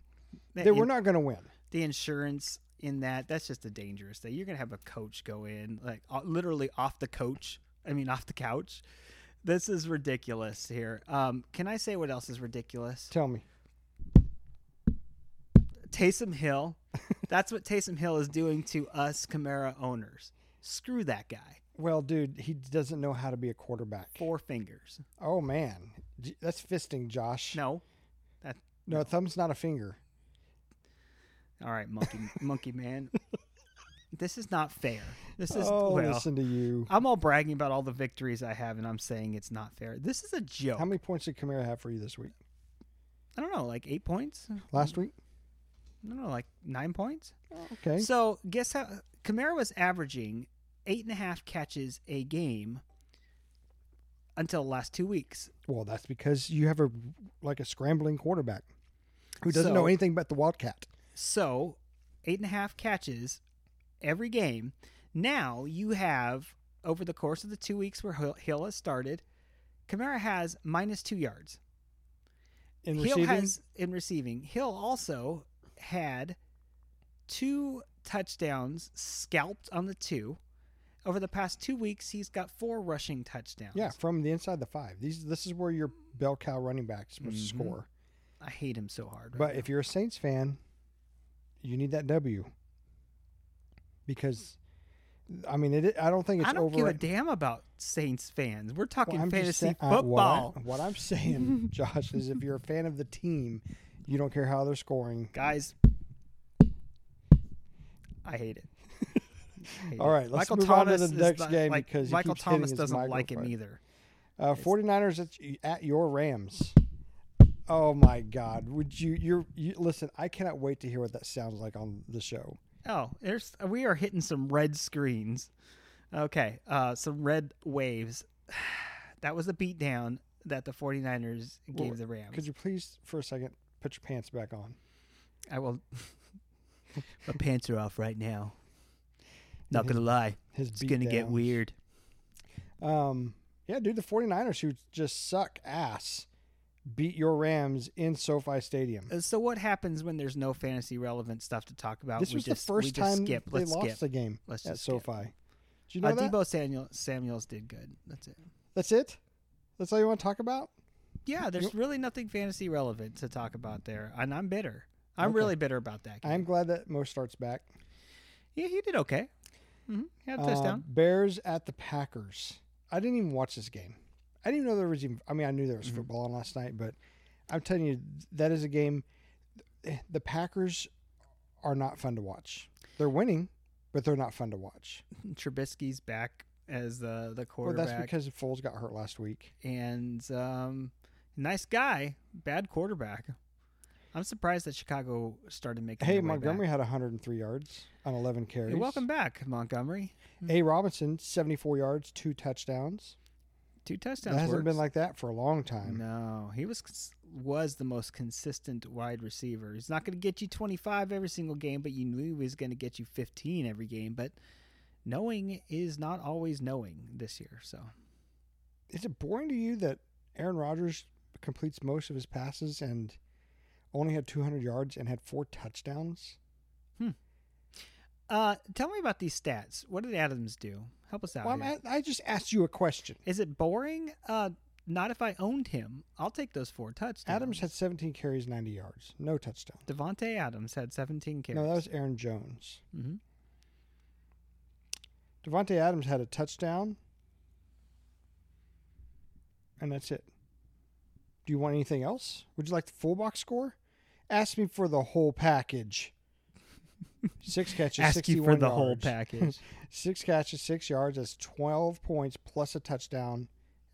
Speaker 1: That
Speaker 3: They were
Speaker 1: in-
Speaker 3: not going to win.
Speaker 1: the insurance in that that's just a dangerous thing you're gonna have a coach go in like o- literally off the coach i mean off the couch this is ridiculous here um, can i say what else is ridiculous
Speaker 3: Tell me.
Speaker 1: Taysom Hill. That's what Taysom Hill is doing to us Camara owners. Screw that guy.
Speaker 3: Well, dude, he doesn't know how to be a quarterback.
Speaker 1: Four fingers.
Speaker 3: Oh man, J- that's fisting, Josh.
Speaker 1: No.
Speaker 3: no, a thumb's not a finger.
Speaker 1: All right, monkey monkey man. This is not fair. This is
Speaker 3: oh,
Speaker 1: well.
Speaker 3: listen to you.
Speaker 1: I'm all bragging about all the victories I have and I'm saying it's not fair. This is a joke.
Speaker 3: How many points did Kamara have for you this week?
Speaker 1: I don't know, like 8 points? I
Speaker 3: Last week?
Speaker 1: don't know, like 9 points?
Speaker 3: Okay.
Speaker 1: So guess how Kamara was averaging eight and a half catches a game until the last two weeks.
Speaker 3: Well, that's because you have a like a scrambling quarterback who doesn't know
Speaker 1: So-
Speaker 3: anything but the Wildcat.
Speaker 1: So eight and a half catches every game. Now you have over the course of the two weeks where Hill- Hill has started, Kamara has minus two yards.
Speaker 3: In
Speaker 1: Hill
Speaker 3: receiving,
Speaker 1: has in receiving. Hill also had two touchdowns scalped on the two. Over the past two weeks, he's got four rushing touchdowns. Mm-hmm.
Speaker 3: yeah, from the inside the five. These this is where your bell cow running back's supposed to score.
Speaker 1: I hate him so hard. right
Speaker 3: But
Speaker 1: now.
Speaker 3: if you're a Saints fan, you need that W because I mean, it, I don't think it's
Speaker 1: I don't
Speaker 3: over.
Speaker 1: give a damn about Saints fans. We're
Speaker 3: Well,
Speaker 1: talking
Speaker 3: I'm just
Speaker 1: fantasy
Speaker 3: saying- I- what I-
Speaker 1: football.
Speaker 3: what, I'm saying, Josh, is if you're a fan of the team, you don't care how they're scoring.
Speaker 1: Guys, I hate it. I hate
Speaker 3: All
Speaker 1: it.
Speaker 3: right, let's
Speaker 1: Michael
Speaker 3: move on to
Speaker 1: Thomas
Speaker 3: the
Speaker 1: is
Speaker 3: next
Speaker 1: not-
Speaker 3: game
Speaker 1: like,
Speaker 3: because he
Speaker 1: Michael
Speaker 3: keeps hitting
Speaker 1: Thomas
Speaker 3: his
Speaker 1: doesn't like him
Speaker 3: microphone.
Speaker 1: either.
Speaker 3: Uh, 49ers at, at your Rams. Oh my God! Would you? You're you, listen. I cannot wait to hear what that sounds like on the show.
Speaker 1: Oh, there's we are hitting some red screens. Okay, uh, some red waves. That was a beatdown that the 49ers gave
Speaker 3: Well,
Speaker 1: the Rams.
Speaker 3: Could you please, for a second, put your pants back on?
Speaker 1: I will. My pants are off right now. Not gonna lie,
Speaker 3: His
Speaker 1: it's gonna get
Speaker 3: beatdown.
Speaker 1: weird.
Speaker 3: Um, yeah, dude, the 49ers who just suck ass beat your Rams in SoFi Stadium.
Speaker 1: Uh, So what happens when there's no fantasy relevant stuff to talk about?
Speaker 3: This
Speaker 1: Uh, we
Speaker 3: was
Speaker 1: just,
Speaker 3: the
Speaker 1: we
Speaker 3: first
Speaker 1: just
Speaker 3: time
Speaker 1: skip.
Speaker 3: they
Speaker 1: Let's
Speaker 3: lost
Speaker 1: skip.
Speaker 3: the game
Speaker 1: Let's
Speaker 3: at
Speaker 1: just skip.
Speaker 3: SoFi. Do you know
Speaker 1: uh,
Speaker 3: that?
Speaker 1: Debo Samuel Samuels did good. That's it.
Speaker 3: That's it. That's all you want to talk about.
Speaker 1: Yeah, there's
Speaker 3: Yep.
Speaker 1: really nothing fantasy relevant to talk about there, and I'm bitter. I'm
Speaker 3: Okay.
Speaker 1: really bitter about that. Game.
Speaker 3: I'm glad that Mo starts back.
Speaker 1: Yeah, he did okay. Mm-hmm. He had a
Speaker 3: Uh,
Speaker 1: touchdown.
Speaker 3: Bears at the Packers. I didn't even watch this game. I didn't even know there was even. I mean, I knew there
Speaker 1: Mm-hmm.
Speaker 3: was football on last night, but I'm telling you, that is a game. The Packers are not fun to watch. They're winning, but they're not fun to watch.
Speaker 1: Trubisky's back as uh, the the
Speaker 3: Um, Well,
Speaker 1: quarterback,
Speaker 3: that's because Foles got hurt last week.
Speaker 1: and um, nice guy, bad quarterback. I'm surprised that Chicago started making.
Speaker 3: Hey,
Speaker 1: their way
Speaker 3: Montgomery had 103 yards on 11
Speaker 1: Back.
Speaker 3: carries.
Speaker 1: Hey, welcome Mm-hmm. back, Montgomery.
Speaker 3: A. Robinson, 74 yards, two touchdowns.
Speaker 1: Two
Speaker 3: That
Speaker 1: touchdowns.
Speaker 3: hasn't
Speaker 1: works.
Speaker 3: been like that for a long time.
Speaker 1: No, he was cons- was the most consistent wide receiver. He's not going to get you 25 every single game, but you knew he was going to get you 15 every game. But knowing is not always knowing this year. So
Speaker 3: Is it boring to you that Aaron Rodgers completes most of his passes and only had 200 yards and had four touchdowns?
Speaker 1: Uh, tell me about these stats. What did Adams do? Help us out.
Speaker 3: Well, I'm
Speaker 1: here.
Speaker 3: at, I just asked you a question.
Speaker 1: Is it boring? Uh, not if I owned him. I'll take those four touchdowns.
Speaker 3: Adams had 17 carries, 90 yards, no touchdown.
Speaker 1: Devonte Adams had 17 carries.
Speaker 3: No, that was Aaron Jones.
Speaker 1: hmm
Speaker 3: Devontae Adams had a touchdown, and that's it. Do you want anything else? Would you like the full box score? Ask me for the whole package. Six catches,
Speaker 1: Ask you for
Speaker 3: 61
Speaker 1: the whole
Speaker 3: yards.
Speaker 1: package.
Speaker 3: Six catches, six yards. That's 12 points plus a touchdown.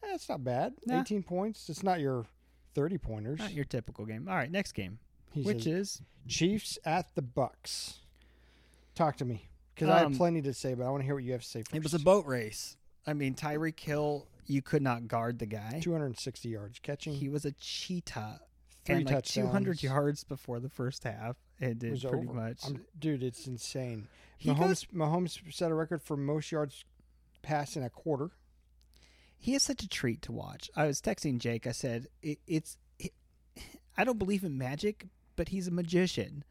Speaker 3: Eh, That's not bad.
Speaker 1: Nah.
Speaker 3: 18 points. It's not your 30 pointers.
Speaker 1: not your typical game. All right, next game,
Speaker 3: He
Speaker 1: which
Speaker 3: says,
Speaker 1: is
Speaker 3: Chiefs at the Bucks. Talk to me because I have
Speaker 1: Um,
Speaker 3: plenty to say, but I want to hear what you have to say first.
Speaker 1: it was a boat race. I mean, Tyreek Hill, you could not guard the guy.
Speaker 3: 260 yards catching.
Speaker 1: He was a cheetah.
Speaker 3: Three
Speaker 1: and like 200
Speaker 3: touchdowns.
Speaker 1: yards before the first half, and did
Speaker 3: was
Speaker 1: pretty
Speaker 3: over.
Speaker 1: much.
Speaker 3: I'm- dude, it's insane.
Speaker 1: He
Speaker 3: Mahomes
Speaker 1: goes-
Speaker 3: Mahomes set a record for most yards passed in a quarter.
Speaker 1: he is such a treat to watch. I was texting Jake. I said, it, "It's, it, I don't believe in magic, but he's a magician."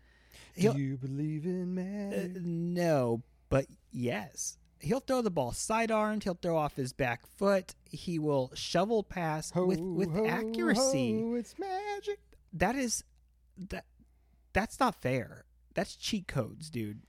Speaker 1: He'll,
Speaker 3: Do you believe in
Speaker 1: uh,
Speaker 3: magic?
Speaker 1: no, but yes, he'll throw the ball sidearmed. He'll throw off his back foot. He will shovel pass Uh, with
Speaker 3: Ho,
Speaker 1: with
Speaker 3: ho,
Speaker 1: accuracy.
Speaker 3: ho, it's magic.
Speaker 1: That is that. That's not fair. That's cheat codes, dude.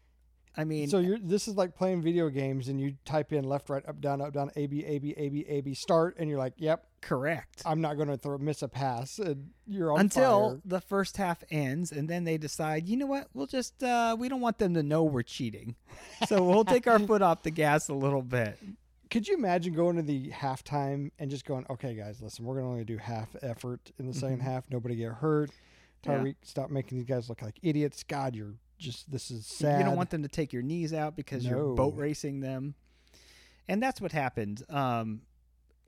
Speaker 1: I mean, uh,
Speaker 3: so you're this is like playing video games and you type in left, right, up, down, up, down, A B A B A B A B start, and you're like, Yep,
Speaker 1: correct.
Speaker 3: I'm not gonna throw miss a pass and you're on
Speaker 1: until
Speaker 3: fire.
Speaker 1: the first half ends and then they decide you know what we'll just uh, we don't want them to know we're cheating so we'll take our foot off the gas a little bit
Speaker 3: Could you imagine going to the halftime and just going, okay, guys, listen, we're going to only do half effort in the second half. Nobody get hurt.
Speaker 1: Mm-hmm. Yeah.
Speaker 3: Tyreek, stop making these guys look like idiots. God, you're just, this is sad.
Speaker 1: you don't want them to take your knees out because
Speaker 3: No.
Speaker 1: you're boat racing them and that's what happened um,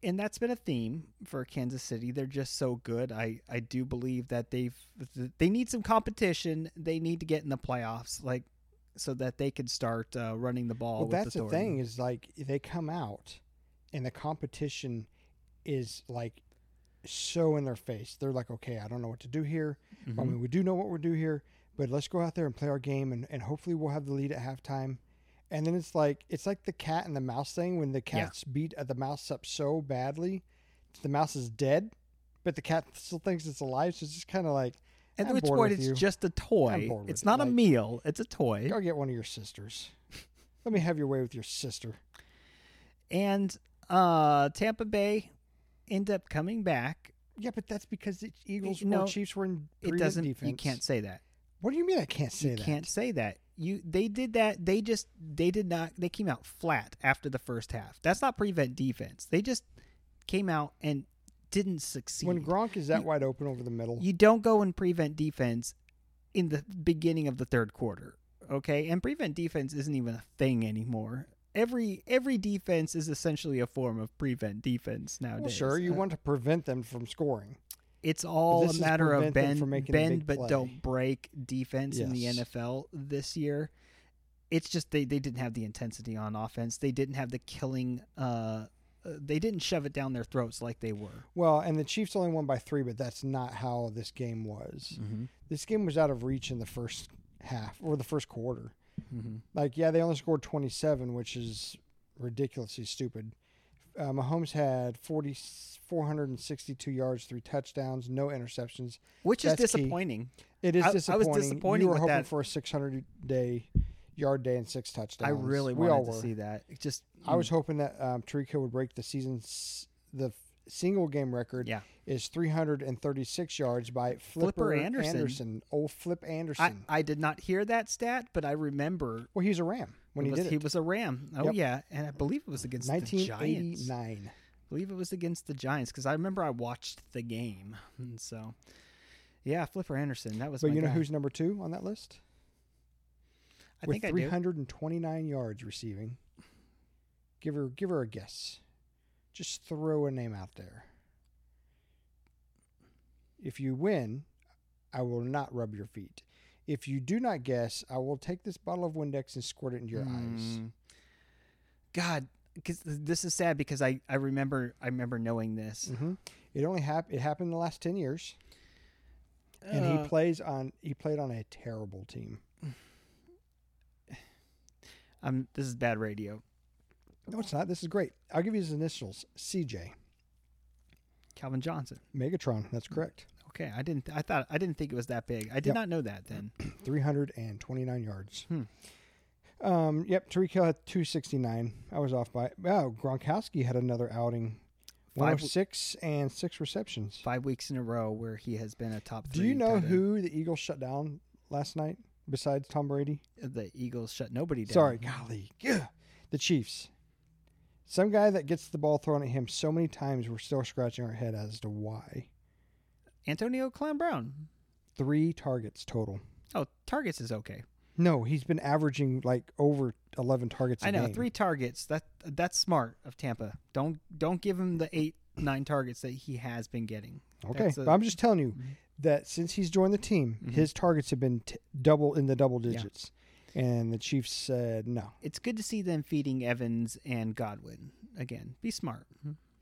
Speaker 1: and that's been a theme for kansas city they're just so good i, I do believe that they've they need some competition they need to get in the playoffs like so that they could start uh, running the ball
Speaker 3: well,
Speaker 1: with
Speaker 3: that's the
Speaker 1: authority.
Speaker 3: thing is like they come out and the competition is like so in their face. They're like, okay, I don't know what to do here. I
Speaker 1: Mhm.
Speaker 3: mean, we do know what we do here, but let's go out there and play our game and, and hopefully we'll have the lead at halftime. And then it's like it's like the cat and the mouse thing when the
Speaker 1: Yeah.
Speaker 3: cat's beat uh, the mouse up so badly, the mouse is dead, but the cat still thinks it's alive. So it's just kind of like
Speaker 1: At
Speaker 3: I'm
Speaker 1: which
Speaker 3: bored
Speaker 1: point,
Speaker 3: with
Speaker 1: it's
Speaker 3: you.
Speaker 1: just a toy.
Speaker 3: I'm bored
Speaker 1: It's
Speaker 3: with
Speaker 1: not
Speaker 3: you,
Speaker 1: a
Speaker 3: like-
Speaker 1: meal. It's a toy.
Speaker 3: Go get one of your sisters. Let me have your way with your sister.
Speaker 1: And uh, Tampa Bay end up coming back.
Speaker 3: Yeah, but that's because the Eagles
Speaker 1: no,
Speaker 3: or Chiefs were in
Speaker 1: It
Speaker 3: brilliant
Speaker 1: doesn't.
Speaker 3: defense.
Speaker 1: You can't say that.
Speaker 3: What do you mean I can't say
Speaker 1: you
Speaker 3: that?
Speaker 1: can't say that. You they did that. They just they did not. They came out flat after the first half. That's not prevent defense. They just came out and didn't succeed.
Speaker 3: When Gronk is that
Speaker 1: You-
Speaker 3: wide open over the middle,
Speaker 1: you don't go and prevent defense in the beginning of the third quarter okay and prevent defense isn't even a thing anymore every every defense is essentially a form of prevent defense nowadays
Speaker 3: well, sure, you
Speaker 1: Uh,
Speaker 3: want to prevent them from scoring.
Speaker 1: it's all a
Speaker 3: this is
Speaker 1: matter of
Speaker 3: prevent them
Speaker 1: bend
Speaker 3: from making a
Speaker 1: bend
Speaker 3: big
Speaker 1: but
Speaker 3: play.
Speaker 1: don't break defense in the
Speaker 3: Yes.
Speaker 1: NFL this year it's just they, they didn't have the intensity on offense they didn't have the killing uh uh, they didn't shove it down their throats like they were
Speaker 3: Well, and the Chiefs only won by three, but that's not how this game was. This game was out of reach in the first half or the first quarter.
Speaker 1: Mm-hmm.
Speaker 3: Like, yeah, they only scored 27, which is ridiculously stupid. Uh, Mahomes had 40, 462 yards, three touchdowns, no interceptions.
Speaker 1: which is
Speaker 3: That's key.
Speaker 1: disappointing
Speaker 3: It is
Speaker 1: I- I was
Speaker 3: disappointing.
Speaker 1: disappointed
Speaker 3: You were
Speaker 1: with
Speaker 3: hoping
Speaker 1: that.
Speaker 3: for a 600 day yard day and six touchdowns.
Speaker 1: i really
Speaker 3: we all
Speaker 1: wanted
Speaker 3: were.
Speaker 1: to see that It just
Speaker 3: I was hoping that um, Tariq Hill would break the season's the f- single game record.
Speaker 1: Yeah.
Speaker 3: is 336 yards by Flipper,
Speaker 1: Anderson.
Speaker 3: Anderson. Old Flip
Speaker 1: mm, I,
Speaker 3: Anderson.
Speaker 1: I did not hear that stat, but I remember
Speaker 3: well, he's a Ram when he
Speaker 1: was-
Speaker 3: did it.
Speaker 1: was a Ram. Oh
Speaker 3: Yep.
Speaker 1: yeah, and I believe it was against the Giants. I
Speaker 3: 1989.
Speaker 1: believe it was against the Giants because I remember I watched the game. And so, yeah, Flipper Anderson. That was.
Speaker 3: But
Speaker 1: my
Speaker 3: you know
Speaker 1: guy.
Speaker 3: who's number two on that list?
Speaker 1: I
Speaker 3: With
Speaker 1: think I do.
Speaker 3: 329 yards receiving. Give her, give her a guess. Just throw a name out there. If you win, I will not rub your feet. If you do not guess, I will take this bottle of Windex and squirt it into your eyes.
Speaker 1: Mm. God, because this is sad because I I remember I remember knowing this.
Speaker 3: hmm It only hap- it happened in the last ten years, and
Speaker 1: Uh,
Speaker 3: he plays on he played on a terrible team.
Speaker 1: I'm. Um, This is bad radio.
Speaker 3: No, it's not. This is great. I'll give you his initials: CJ
Speaker 1: Calvin Johnson.
Speaker 3: Megatron. That's correct.
Speaker 1: Okay, I didn't. I thought I didn't think it was that big. I did
Speaker 3: Yep.
Speaker 1: not know that then.
Speaker 3: Three hundred and twenty-nine yards.
Speaker 1: Hmm.
Speaker 3: Um. Yep. Tariq Hill had two sixty-nine. I was off by. Wow. Gronkowski had another outing. One
Speaker 1: Five
Speaker 3: of six and six receptions.
Speaker 1: Five weeks in a row where he has been a top three.
Speaker 3: Do you know
Speaker 1: tight end.
Speaker 3: who the Eagles shut down last night besides Tom Brady?
Speaker 1: the Eagles shut nobody down.
Speaker 3: Sorry, golly. Yeah. The Chiefs. Some guy that gets the ball thrown at him so many times, we're still scratching our head as to why.
Speaker 1: Antonio Clown Brown.
Speaker 3: Three targets total.
Speaker 1: Oh, targets is okay.
Speaker 3: No, he's been averaging like over 11 targets a
Speaker 1: I know
Speaker 3: game.
Speaker 1: three targets. That that's smart of Tampa. Don't don't give him the eight nine targets that he has been getting. That's
Speaker 3: Okay.
Speaker 1: a- Mm-hmm.
Speaker 3: But I'm just telling you that since he's joined the team, his targets have been t- double in the double digits. And the Chiefs said no.
Speaker 1: It's good to see them feeding Evans and Godwin again. Be smart.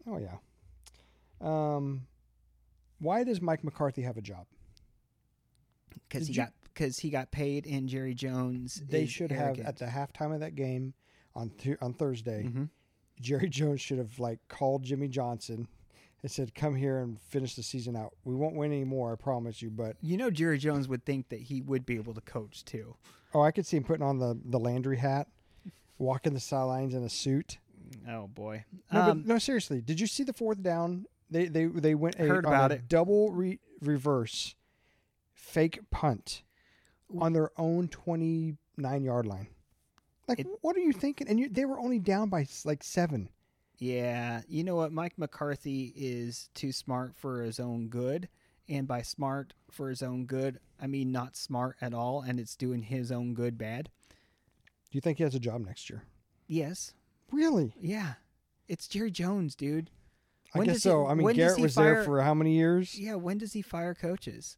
Speaker 3: Oh, yeah. Um, why does Mike McCarthy have a job?
Speaker 1: because he
Speaker 3: Did you-
Speaker 1: got because he got paid and Jerry Jones.
Speaker 3: They
Speaker 1: is
Speaker 3: should have at
Speaker 1: arrogant.
Speaker 3: the halftime of that game on th- on Thursday.
Speaker 1: Mhm.
Speaker 3: Jerry Jones should have like called Jimmy Johnson and said, "Come here and finish the season out. We won't win anymore, I promise you." But
Speaker 1: You know Jerry Jones would think that he would be able to coach too.
Speaker 3: oh, I could see him putting on the the Landry hat, walking the sidelines in a suit.
Speaker 1: Oh boy.
Speaker 3: No,
Speaker 1: um,
Speaker 3: but, no, seriously, did you see the fourth down? They they they went a,
Speaker 1: Heard
Speaker 3: on
Speaker 1: about
Speaker 3: a
Speaker 1: it.
Speaker 3: double re- reverse, fake punt, on their own twenty nine yard line. Like,
Speaker 1: It-
Speaker 3: what are you thinking? And you, they were only down by s- like seven.
Speaker 1: Yeah, you know what? Mike McCarthy is too smart for his own good. And by smart for his own good, I mean not smart at all, and it's doing his own good bad.
Speaker 3: Do you think he has a job next year?
Speaker 1: Yes.
Speaker 3: Really?
Speaker 1: Yeah. It's Jerry Jones, dude.
Speaker 3: I
Speaker 1: When
Speaker 3: guess
Speaker 1: does he-
Speaker 3: so. I mean,
Speaker 1: when does
Speaker 3: Garrett
Speaker 1: he
Speaker 3: was
Speaker 1: fire-
Speaker 3: there for how many years?
Speaker 1: Yeah, when does he fire coaches?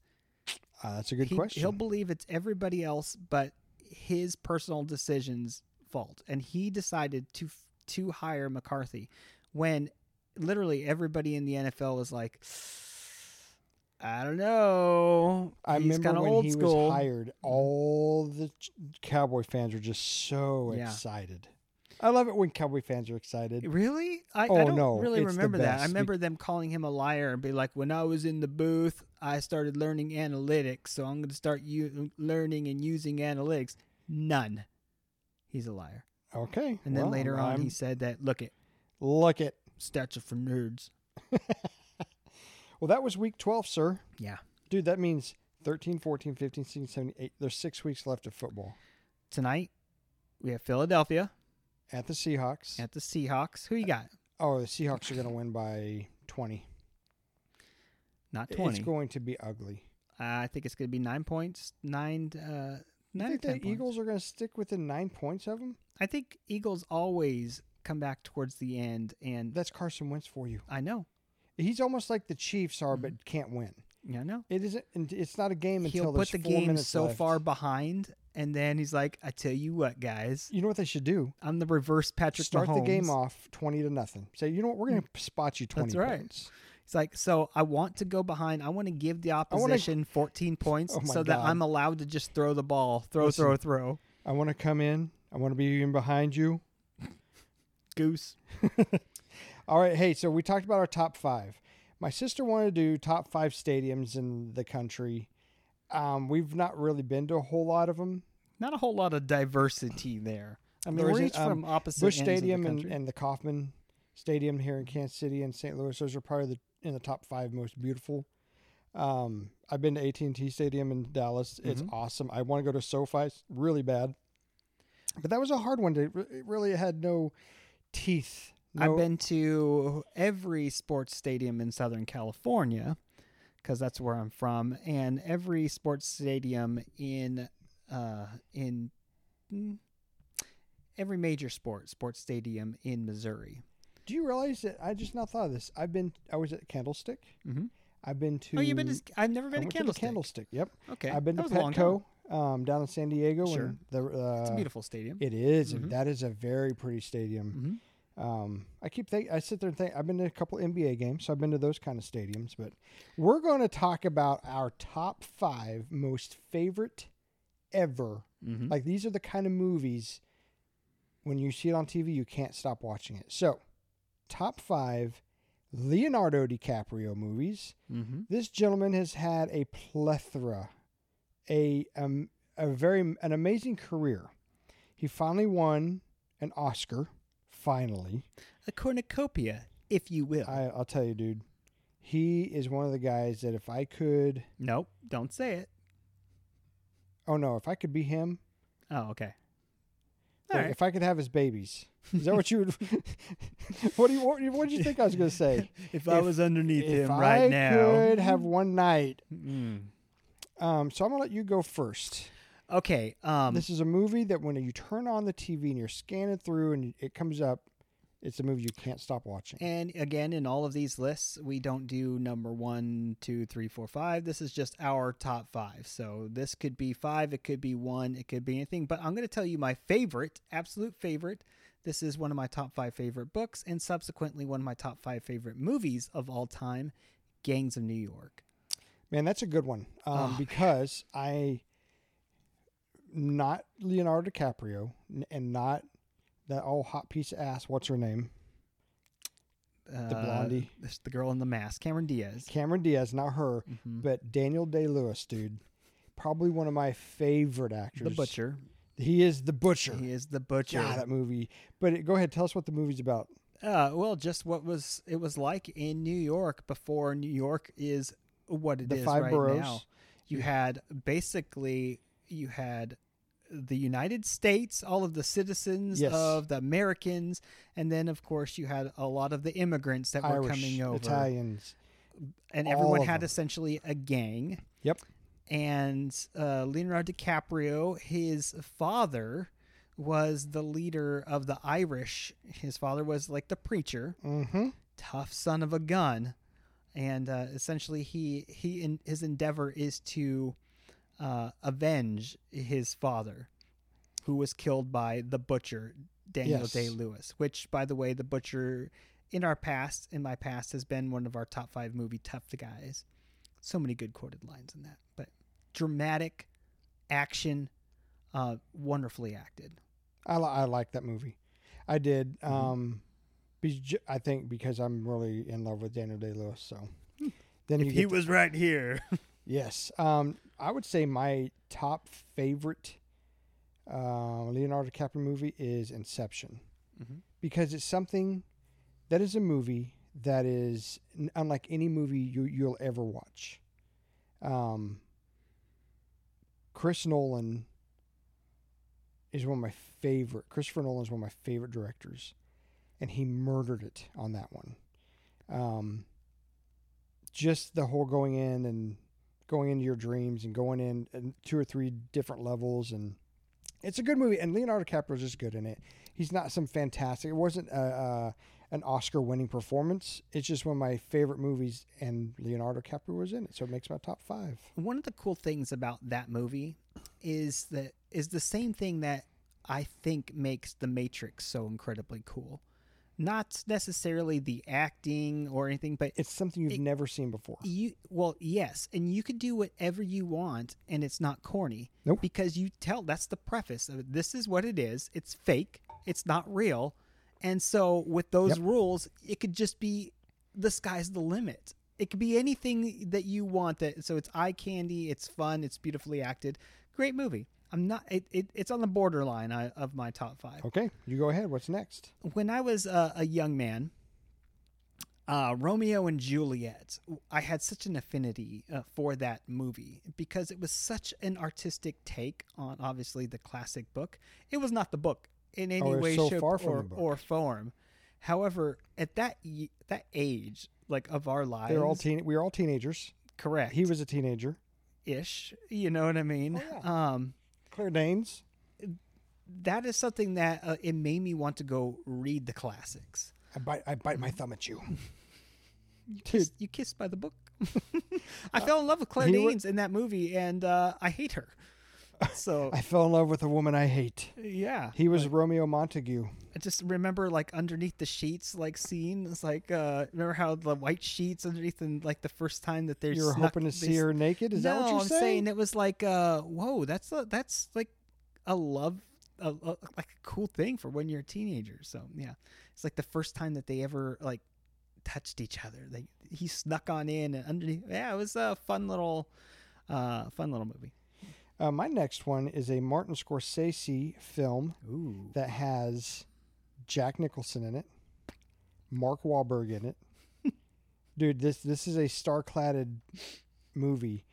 Speaker 3: Uh, that's a good
Speaker 1: he,
Speaker 3: question.
Speaker 1: He'll believe it's everybody else but his personal decisions fault. And he decided to to hire McCarthy when literally everybody in the NFL was like I don't know.
Speaker 3: I
Speaker 1: He's
Speaker 3: remember
Speaker 1: kinda
Speaker 3: when
Speaker 1: old
Speaker 3: he
Speaker 1: school.
Speaker 3: was hired, all the ch- Cowboy fans were just so
Speaker 1: Yeah.
Speaker 3: excited. I love it when cowboy fans are excited.
Speaker 1: Really? I, I
Speaker 3: Oh,
Speaker 1: don't
Speaker 3: no,
Speaker 1: really
Speaker 3: it's the
Speaker 1: remember that. I
Speaker 3: best. We-
Speaker 1: remember them calling him a liar and be like, "When I was in the booth, I started learning analytics, so I'm going to start u- learning and using analytics." None. He's a liar.
Speaker 3: Okay.
Speaker 1: And then
Speaker 3: well,
Speaker 1: later on,
Speaker 3: I'm-
Speaker 1: he said that, "Look it,
Speaker 3: look it.
Speaker 1: stats are for nerds."
Speaker 3: Well, that was week 12, sir.
Speaker 1: Yeah,
Speaker 3: Dude, that means 13, 14, 15, 16, 17, 18. There's six weeks left of football
Speaker 1: tonight we have Philadelphia
Speaker 3: at the Seahawks.
Speaker 1: at the Seahawks. Who you got?
Speaker 3: oh, the Seahawks are going to win by 20.
Speaker 1: Not
Speaker 3: It's
Speaker 1: twenty.
Speaker 3: going to be ugly.
Speaker 1: I think it's going to be nine points. Nine. Uh,
Speaker 3: I
Speaker 1: nine. or
Speaker 3: think
Speaker 1: 10
Speaker 3: the
Speaker 1: points.
Speaker 3: Eagles are going to stick within nine points of them.
Speaker 1: I think Eagles always come back towards the end, and
Speaker 3: That's Carson Wentz for you.
Speaker 1: I know.
Speaker 3: He's almost like the Chiefs are, but can't win.
Speaker 1: Yeah, I know.
Speaker 3: It isn't. and It's not a game until
Speaker 1: Mm-hmm. He'll put
Speaker 3: there's
Speaker 1: the
Speaker 3: four
Speaker 1: game
Speaker 3: minutes
Speaker 1: so
Speaker 3: left.
Speaker 1: far behind, and then he's like, "I tell you what, guys,
Speaker 3: You know what they should do?
Speaker 1: I'm the reverse Patrick
Speaker 3: Start the game
Speaker 1: Mahomes." Mm.
Speaker 3: off twenty to nothing. Say, you know what? We're going to spot you twenty
Speaker 1: That's right.
Speaker 3: points.
Speaker 1: It's like, so I want to go behind. I want to give the
Speaker 3: wanna-
Speaker 1: opposition 14 points
Speaker 3: Oh my
Speaker 1: so that
Speaker 3: God.
Speaker 1: I'm allowed to just throw the ball, throw, throw, throw.
Speaker 3: I want to come in. I want to be in behind you.
Speaker 1: Goose.
Speaker 3: All right. Hey, so we talked about our top five. My sister wanted to do top five stadiums in the country. Um, we've not really been to a whole lot of them.
Speaker 1: Not a whole lot of diversity there. I mean,
Speaker 3: there was
Speaker 1: reach
Speaker 3: an, um,
Speaker 1: from opposite
Speaker 3: Bush
Speaker 1: ends of the
Speaker 3: Stadium and,
Speaker 1: country.
Speaker 3: and the Kauffman Stadium here in Kansas City and St. Louis. Those are probably the, in the top five most beautiful. Um, I've been to AT and T Stadium in Dallas. It's
Speaker 1: Mm-hmm.
Speaker 3: awesome. I want to go to SoFi It's really bad, but that was a hard one. To, it really had no teeth. No,
Speaker 1: I've been to every sports stadium in Southern California because that's where I'm from, and every sports stadium in uh, in mm, every major sport sports stadium in Missouri.
Speaker 3: Do you realize that I just not thought of this? I've been. I was at Candlestick.
Speaker 1: Mhm.
Speaker 3: I've been to.
Speaker 1: oh, you've been? To, I've never
Speaker 3: I
Speaker 1: been to
Speaker 3: went to the
Speaker 1: Candlestick.
Speaker 3: Candlestick. Yep.
Speaker 1: Okay,
Speaker 3: I've been
Speaker 1: that
Speaker 3: to
Speaker 1: was a long time.
Speaker 3: Petco um, down in San Diego.
Speaker 1: Sure.
Speaker 3: And the, uh,
Speaker 1: It's a beautiful Mm-hmm. stadium. Mm-hmm.
Speaker 3: It is, and that is a very pretty stadium. Um, I keep think I sit there and think I've been to a couple NBA games, so I've been to those kind of stadiums. But we're going to talk about our top five most favorite ever.
Speaker 1: Mhm.
Speaker 3: Like these are the kind of movies when you see it on TV, you can't stop watching it. So, top five Leonardo DiCaprio movies.
Speaker 1: Mm-hmm.
Speaker 3: This gentleman has had a plethora, a um, a very an amazing career. He finally won an Oscar. Finally,
Speaker 1: A cornucopia, if you will.
Speaker 3: I, I'll tell you, dude, he is one of the guys that if I could,
Speaker 1: nope, don't say it.
Speaker 3: oh no, if I could be him,
Speaker 1: Oh, okay. All
Speaker 3: like,
Speaker 1: right.
Speaker 3: if I could have his babies, is that what you would? what do you what, what do you think I was going to say?
Speaker 1: If I
Speaker 3: if-
Speaker 1: was underneath
Speaker 3: if
Speaker 1: him right
Speaker 3: I
Speaker 1: now.
Speaker 3: could have one night,
Speaker 1: Mm.
Speaker 3: um, so I'm gonna let you go first.
Speaker 1: Okay. Um,
Speaker 3: this is a movie that when you turn on the TV and you're scanning through and it comes up, it's a movie you can't stop watching.
Speaker 1: And again, in all of these lists, we don't do number one, two, three, four, five. This is just our top five. So this could be five, it could be one, it could be anything. But I'm going to tell you my favorite, absolute favorite. This is one of my top five favorite books and subsequently one of my top five favorite movies of all time Gangs of New York.
Speaker 3: Man, that's a good one um,
Speaker 1: Oh,
Speaker 3: because I, not Leonardo DiCaprio n- and not that old hot piece of ass. What's her name?
Speaker 1: Uh,
Speaker 3: blondie.
Speaker 1: It's the girl in the mask, Cameron Diaz.
Speaker 3: Cameron Diaz, not her,
Speaker 1: Mhm.
Speaker 3: but Daniel Day Lewis, dude. Probably one of my favorite actors.
Speaker 1: The Butcher.
Speaker 3: He is the butcher.
Speaker 1: He is the Butcher.
Speaker 3: God, that movie. But it, go ahead, tell us what the movie's about.
Speaker 1: Uh, well, just what was it was like in New York before New York is what it is
Speaker 3: The five
Speaker 1: right
Speaker 3: boroughs.
Speaker 1: now. You had basically you had the United States, all of the citizens
Speaker 3: Yes.
Speaker 1: of the Americans, and then of course you had a lot of the immigrants that were
Speaker 3: Irish,
Speaker 1: coming over,
Speaker 3: Italians.
Speaker 1: and
Speaker 3: all
Speaker 1: everyone
Speaker 3: of
Speaker 1: had
Speaker 3: them.
Speaker 1: essentially a gang
Speaker 3: Yep.
Speaker 1: and uh, Leonardo DiCaprio, his father was the leader of the Irish. His father was like the preacher,
Speaker 3: Mm-hmm.
Speaker 1: tough son of a gun, and uh, essentially he he in, his endeavor is to uh, avenge his father, who was killed by the butcher Daniel
Speaker 3: Yes.
Speaker 1: Day Lewis. Which, by the way, the butcher in our past, in my past, has been one of our top five movie tough guys. So many good quoted lines in that, but dramatic action, uh, wonderfully acted.
Speaker 3: I, li- I like that movie. I did.
Speaker 1: Mhm.
Speaker 3: Um, be- j- I think because I'm really in love with Daniel Day Lewis. So then you
Speaker 1: Hmm. If
Speaker 3: get
Speaker 1: he was right here.
Speaker 3: Yes. Um, I would say my top favorite uh, Leonardo DiCaprio movie is Inception
Speaker 1: Mhm.
Speaker 3: because it's something that is a movie that is n- unlike any movie you, you'll ever watch. Um, Chris Nolan is one of my favorite. Christopher Nolan is one of my favorite directors, and he murdered it on that one. Um, just the whole going in and going into your dreams and going in and two or three different levels and it's a good movie and leonardo DiCaprio's just good in it he's not some fantastic it wasn't a, a, an oscar winning performance it's just one of my favorite movies and leonardo DiCaprio was in it so it makes my top five
Speaker 1: One of the cool things about that movie is that is the same thing that I think makes The Matrix so incredibly cool. Not necessarily the acting or anything, but
Speaker 3: it's something you've
Speaker 1: It-
Speaker 3: never seen before
Speaker 1: You well, yes, and you can do whatever you want, and it's not corny.
Speaker 3: Nope.
Speaker 1: Because you tell that's the preface of it. This is what it is. It's fake. It's not real. And so with those
Speaker 3: Yep.
Speaker 1: rules, it could just be the sky's the limit. It could be anything that you want. That so it's eye candy. It's fun. It's beautifully acted. Great movie. I'm not. It, it, it's on the borderline I, of my top five
Speaker 3: okay you go ahead what's next
Speaker 1: when I was a, a young man, uh, Romeo and Juliet, I had such an affinity uh, for that movie because it was such an artistic take on obviously the classic book. It was not the book in any
Speaker 3: Oh, it was
Speaker 1: way,
Speaker 3: so
Speaker 1: shape,
Speaker 3: far from
Speaker 1: or,
Speaker 3: the book.
Speaker 1: or form. However, at that ye- that age, like of our lives,
Speaker 3: they're all teen we were all teenagers
Speaker 1: correct.
Speaker 3: he was a teenager
Speaker 1: ish. You know what I mean?
Speaker 3: Oh, yeah.
Speaker 1: Um.
Speaker 3: claire danes
Speaker 1: That is something that uh, it made me want to go read the classics.
Speaker 3: i bite, I bite my thumb at you
Speaker 1: You kissed, you kissed by the book. I fell in love with Claire
Speaker 3: Uh, he wa-
Speaker 1: Danes in that movie, and uh, I hate her. So
Speaker 3: i fell in love with a woman i hate
Speaker 1: yeah,
Speaker 3: he was romeo montague
Speaker 1: I just remember like underneath the sheets, like scene. It's like uh, remember how the white sheets underneath, and like the first time that they're
Speaker 3: you were
Speaker 1: snuck-
Speaker 3: hoping to
Speaker 1: they
Speaker 3: see
Speaker 1: s-
Speaker 3: her naked. Is
Speaker 1: no,
Speaker 3: that what you're
Speaker 1: I'm
Speaker 3: saying?
Speaker 1: it was like uh, whoa, that's a, that's like a love. A, a- like a cool thing for when you're a teenager. So yeah, it's like the first time that they ever like touched each other. They he snuck on in and underneath. Yeah, it was a fun little, uh, fun little movie.
Speaker 3: Uh, my next one is a Martin Scorsese film
Speaker 1: Ooh,
Speaker 3: that has Jack Nicholson in it, Mark Wahlberg in it. Dude, this this is a star-cladded movie,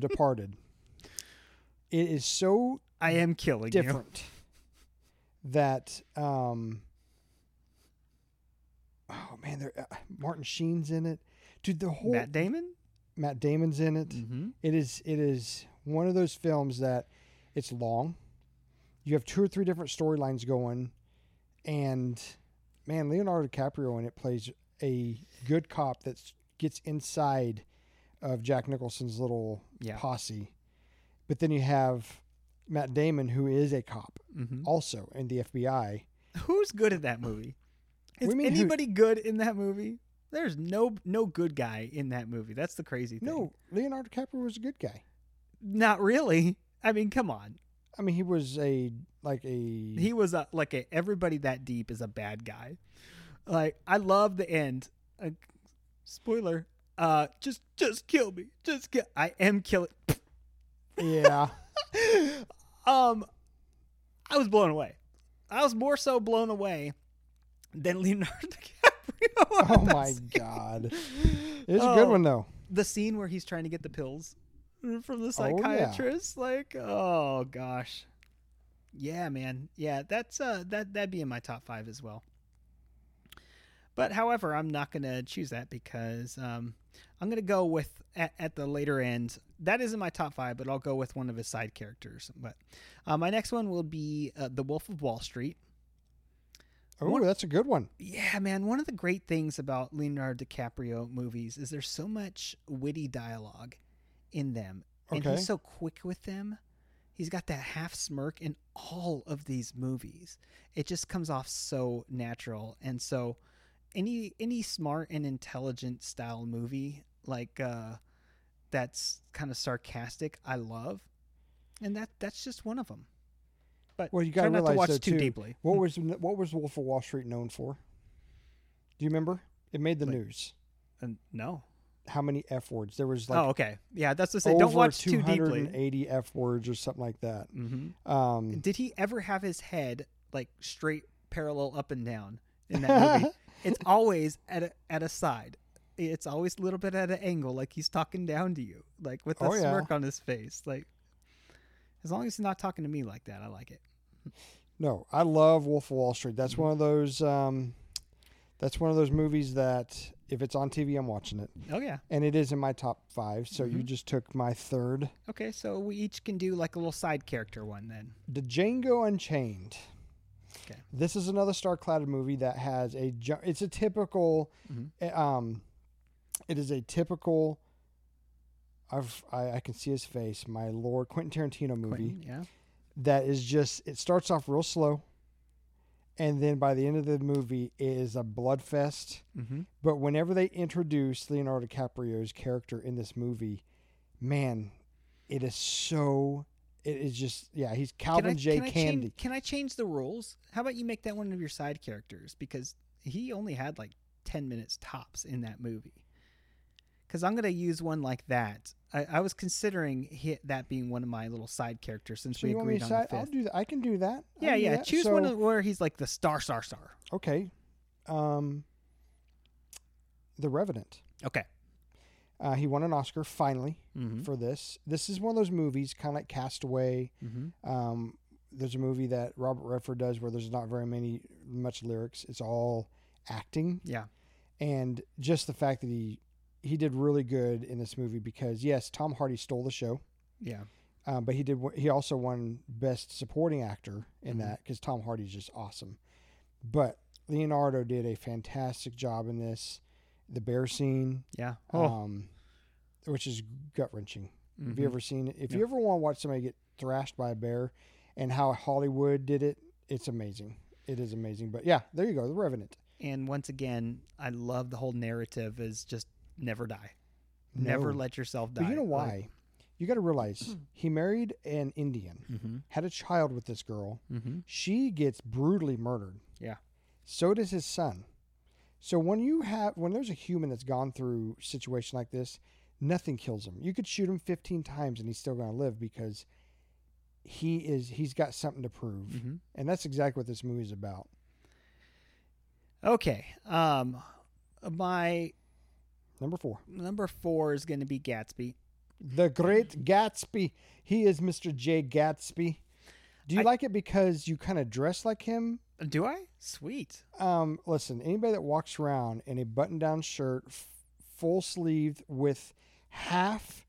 Speaker 3: Departed. It is so
Speaker 1: I am killing you.
Speaker 3: different that um oh man, there uh, Martin Sheen's in it. Dude, the whole
Speaker 1: Matt Damon.
Speaker 3: Matt Damon's in it.
Speaker 1: Mm-hmm.
Speaker 3: It is it is one of those films that it's long. You have two or three different storylines going, and man, Leonardo DiCaprio in it plays a good cop that gets inside of Jack Nicholson's little
Speaker 1: Yeah.
Speaker 3: posse. But then you have Matt Damon, who is a cop
Speaker 1: Mm-hmm.
Speaker 3: also in the FBI.
Speaker 1: Who's good in that movie?
Speaker 3: What do
Speaker 1: Is
Speaker 3: you mean who-
Speaker 1: anybody good in that movie? There's no no good guy in that movie. That's the crazy thing.
Speaker 3: No, Leonardo DiCaprio was a good guy.
Speaker 1: not really. I mean, come on.
Speaker 3: I mean, he was a like a
Speaker 1: He was a, like a, everybody that deep is a bad guy. Like I love the end. Uh, spoiler. Uh, just just kill me. Just kill. I am killing.
Speaker 3: yeah.
Speaker 1: um, I was blown away. I was more so blown away than Leonardo DiCaprio.
Speaker 3: Oh my god, it's a good
Speaker 1: Oh.
Speaker 3: one though.
Speaker 1: The scene where he's trying to get the pills from the
Speaker 3: Oh, yeah.
Speaker 1: psychiatrist, like, oh gosh, yeah, man, yeah, that's uh, that that'd be in my top five as well. But however, I'm not gonna choose that because um, I'm gonna go with at, at the later end. That isn't my top five, but I'll go with one of his side characters. But uh, my next one will be uh, the Wolf of Wall Street.
Speaker 3: Oh,
Speaker 1: One-
Speaker 3: that's a good one.
Speaker 1: Yeah, man. One of the great things about Leonardo DiCaprio movies is there's so much witty dialogue in them. And
Speaker 3: Okay.
Speaker 1: he's so quick with them. He's got that half smirk in all of these movies. It just comes off so natural. And so any any smart and intelligent style movie like uh that's kind of sarcastic, I love. And that that's just one of them. but
Speaker 3: Well, you
Speaker 1: try
Speaker 3: gotta
Speaker 1: not to
Speaker 3: realize,
Speaker 1: watch
Speaker 3: though,
Speaker 1: too
Speaker 3: too,
Speaker 1: deeply. Hmm.
Speaker 3: What was what was Wolf of Wall Street known for? Do you remember? It made the
Speaker 1: Like-
Speaker 3: news.
Speaker 1: And Uh, no.
Speaker 3: How many f words? There was like
Speaker 1: oh, okay. Yeah, that's to say,
Speaker 3: over
Speaker 1: don't watch too deeply.
Speaker 3: 280 f words or something like that.
Speaker 1: hmm
Speaker 3: Um,
Speaker 1: Did he ever have his head like straight, parallel, up and down in that movie? it's always at a, at a side. It's always a little bit at an angle, like he's talking down to you, like with a
Speaker 3: Oh, yeah.
Speaker 1: smirk on his face. Like, as long as he's not talking to me like that, I like it.
Speaker 3: No, I love Wolf of Wall Street.
Speaker 1: Mm-hmm.
Speaker 3: That's one of those. Um, that's one of those movies that if it's on TV, I'm watching it,
Speaker 1: Oh yeah.
Speaker 3: and it is in my top five. So
Speaker 1: Mm-hmm.
Speaker 3: you just took my third,
Speaker 1: Okay, so we each can do like a little side character one then.
Speaker 3: the Django Unchained.
Speaker 1: Okay.
Speaker 3: This is another star-clouded movie that has a. ju- It's a typical.
Speaker 1: Mhm.
Speaker 3: eh, Um, it is a typical. I've I, I can see his face, my lord, Quentin Tarantino movie.
Speaker 1: Quentin, yeah.
Speaker 3: that is just it starts off real slow and then by the end of the movie it is a blood fest
Speaker 1: Mm-hmm.
Speaker 3: but whenever they introduce leonardo dicaprio's character in this movie man it is so it is just yeah he's calvin j
Speaker 1: I
Speaker 3: candy
Speaker 1: Change, can I change the rules? How about you make that one of your side characters because he only had like 10 minutes tops in that movie. Because I'm going to use one like that. I, I was considering hi that being one of my little side characters since
Speaker 3: so
Speaker 1: we
Speaker 3: you want me
Speaker 1: agreed
Speaker 3: to
Speaker 1: on
Speaker 3: decide?
Speaker 1: the
Speaker 3: I'll
Speaker 1: fifth.
Speaker 3: do that. I can do that. I
Speaker 1: yeah,
Speaker 3: can do
Speaker 1: yeah.
Speaker 3: that.
Speaker 1: Choose one
Speaker 3: So-
Speaker 1: of where he's like the star, star, star.
Speaker 3: okay. Um, the Revenant.
Speaker 1: Okay.
Speaker 3: Uh, he won an Oscar finally
Speaker 1: Mhm.
Speaker 3: for this. This is one of those movies, kind of like Castaway.
Speaker 1: Mm-hmm.
Speaker 3: Um, there's a movie that Robert Redford does where there's not very many much lyrics. It's all acting,
Speaker 1: Yeah.
Speaker 3: and just the fact that he he did really good in this movie because yes, Tom Hardy stole the show,
Speaker 1: Yeah.
Speaker 3: um, but he did w- he also won Best Supporting Actor in
Speaker 1: Mhm.
Speaker 3: that because Tom Hardy's just awesome. But Leonardo did a fantastic job in this. The bear scene,
Speaker 1: Yeah. Oh.
Speaker 3: um, which is gut wrenching. Have you
Speaker 1: mhm.
Speaker 3: ever seen it? If
Speaker 1: Yeah.
Speaker 3: you ever want to watch somebody get thrashed by a bear and how Hollywood did it, it's amazing. It is amazing. But yeah, there you go. The Revenant.
Speaker 1: And once again, I love the whole narrative is just never die. Never
Speaker 3: No.
Speaker 1: let yourself die.
Speaker 3: But you know why?
Speaker 1: Like-
Speaker 3: you got to realize he married an Indian,
Speaker 1: Mhm.
Speaker 3: had a child with this girl.
Speaker 1: Mhm.
Speaker 3: She gets brutally murdered.
Speaker 1: Yeah.
Speaker 3: So does his son. So when you have when there's a human that's gone through a situation like this, nothing kills him. You could shoot him 15 times and he's still going to live because he is he's got something to prove.
Speaker 1: Mhm.
Speaker 3: And that's exactly what this movie is about.
Speaker 1: Okay. Um, my
Speaker 3: Number four,
Speaker 1: number four is going to be Gatsby.
Speaker 3: The Great Gatsby. He is Mr. J. Gatsby. Do you
Speaker 1: I-
Speaker 3: like it because you kind of dress like him?
Speaker 1: Do I? Sweet.
Speaker 3: Um, listen, anybody that walks around in a button-down shirt, f- full sleeved with half,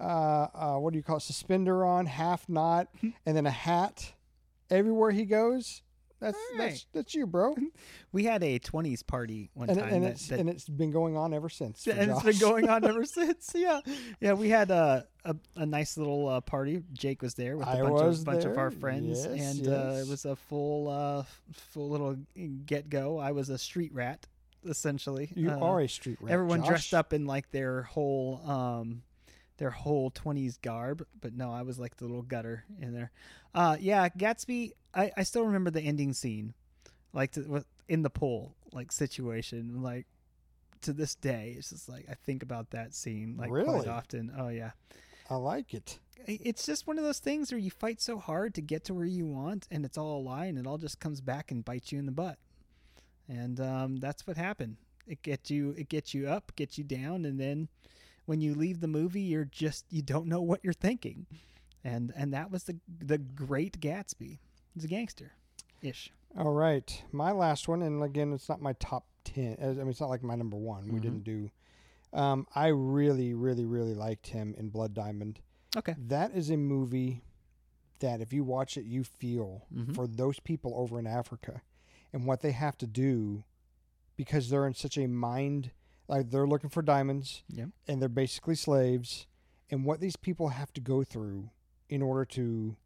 Speaker 3: uh, uh, what do you call it, suspender on, half knot,
Speaker 1: Hmm.
Speaker 3: and then a hat, everywhere he goes, that's
Speaker 1: All
Speaker 3: that's that's you, bro.
Speaker 1: We had a 20s party one
Speaker 3: And, it-
Speaker 1: time.
Speaker 3: and
Speaker 1: that,
Speaker 3: it's
Speaker 1: that-
Speaker 3: and it's been going on ever since. for
Speaker 1: and it's been
Speaker 3: Josh.
Speaker 1: going on ever since. Yeah. Yeah. We had a, a, a nice little uh, party. Jake was there with a
Speaker 3: I
Speaker 1: bunch,
Speaker 3: was
Speaker 1: of, bunch of our
Speaker 3: there.
Speaker 1: friends.
Speaker 3: Yes,
Speaker 1: and Uh,
Speaker 3: yes.
Speaker 1: it was a full, uh, f- full little get go. I was a street rat, essentially.
Speaker 3: You
Speaker 1: Uh,
Speaker 3: are a street rat.
Speaker 1: everyone dressed
Speaker 3: Josh.
Speaker 1: up in like their whole um their whole 20s garb but no i was like the little gutter in there uh yeah gatsby i i still remember the ending scene like to, with- in the pool like situation like to this day it's just like i think about that scene like quite
Speaker 3: Really?
Speaker 1: often oh yeah
Speaker 3: I like it.
Speaker 1: I- it's just one of those things where you fight so hard to get to where you want and it's all a lie and it all just comes back and bites you in the butt and um, that's what happened it gets you it gets you up gets you down and then when you leave the movie you're just you don't know what you're thinking and and that was the the great gatsby he's a gangster ish
Speaker 3: All right, my last one, and again, it's not my top ten. I mean, it's not like my number one. We
Speaker 1: Mhm.
Speaker 3: didn't do. Um, I really, really, really liked him in Blood Diamond.
Speaker 1: Okay.
Speaker 3: that is a movie that if you watch it, you feel
Speaker 1: Mhm.
Speaker 3: for those people over in Africa and what they have to do because they're in such a mind like they're looking for diamonds
Speaker 1: Yep.
Speaker 3: and they're basically slaves and what these people have to go through in order to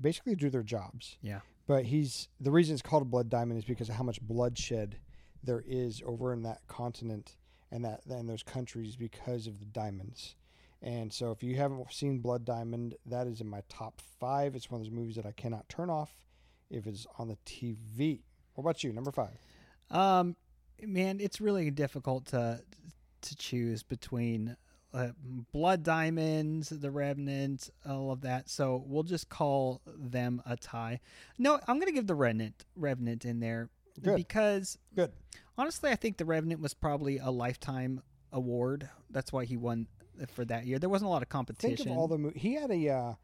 Speaker 3: basically do their jobs
Speaker 1: Yeah.
Speaker 3: but he's the reason it's called blood diamond is because of how much bloodshed there is over in that continent and that and those countries because of the diamonds And so, if you haven't seen Blood Diamond, that is in my top five. It's one of those movies that I cannot turn off if it's on the TV. What about you? Number five.
Speaker 1: Um, man, it's really difficult to to choose between uh, Blood Diamonds, The Remnant, all of that. So we'll just call them a tie. No, I'm gonna give the Remnant Revenant in there
Speaker 3: Good.
Speaker 1: because
Speaker 3: Good.
Speaker 1: honestly, I think the Revenant was probably a lifetime award. That's why he won for that year. There wasn't a lot of competition.
Speaker 3: Think of all the mo- he had a uh,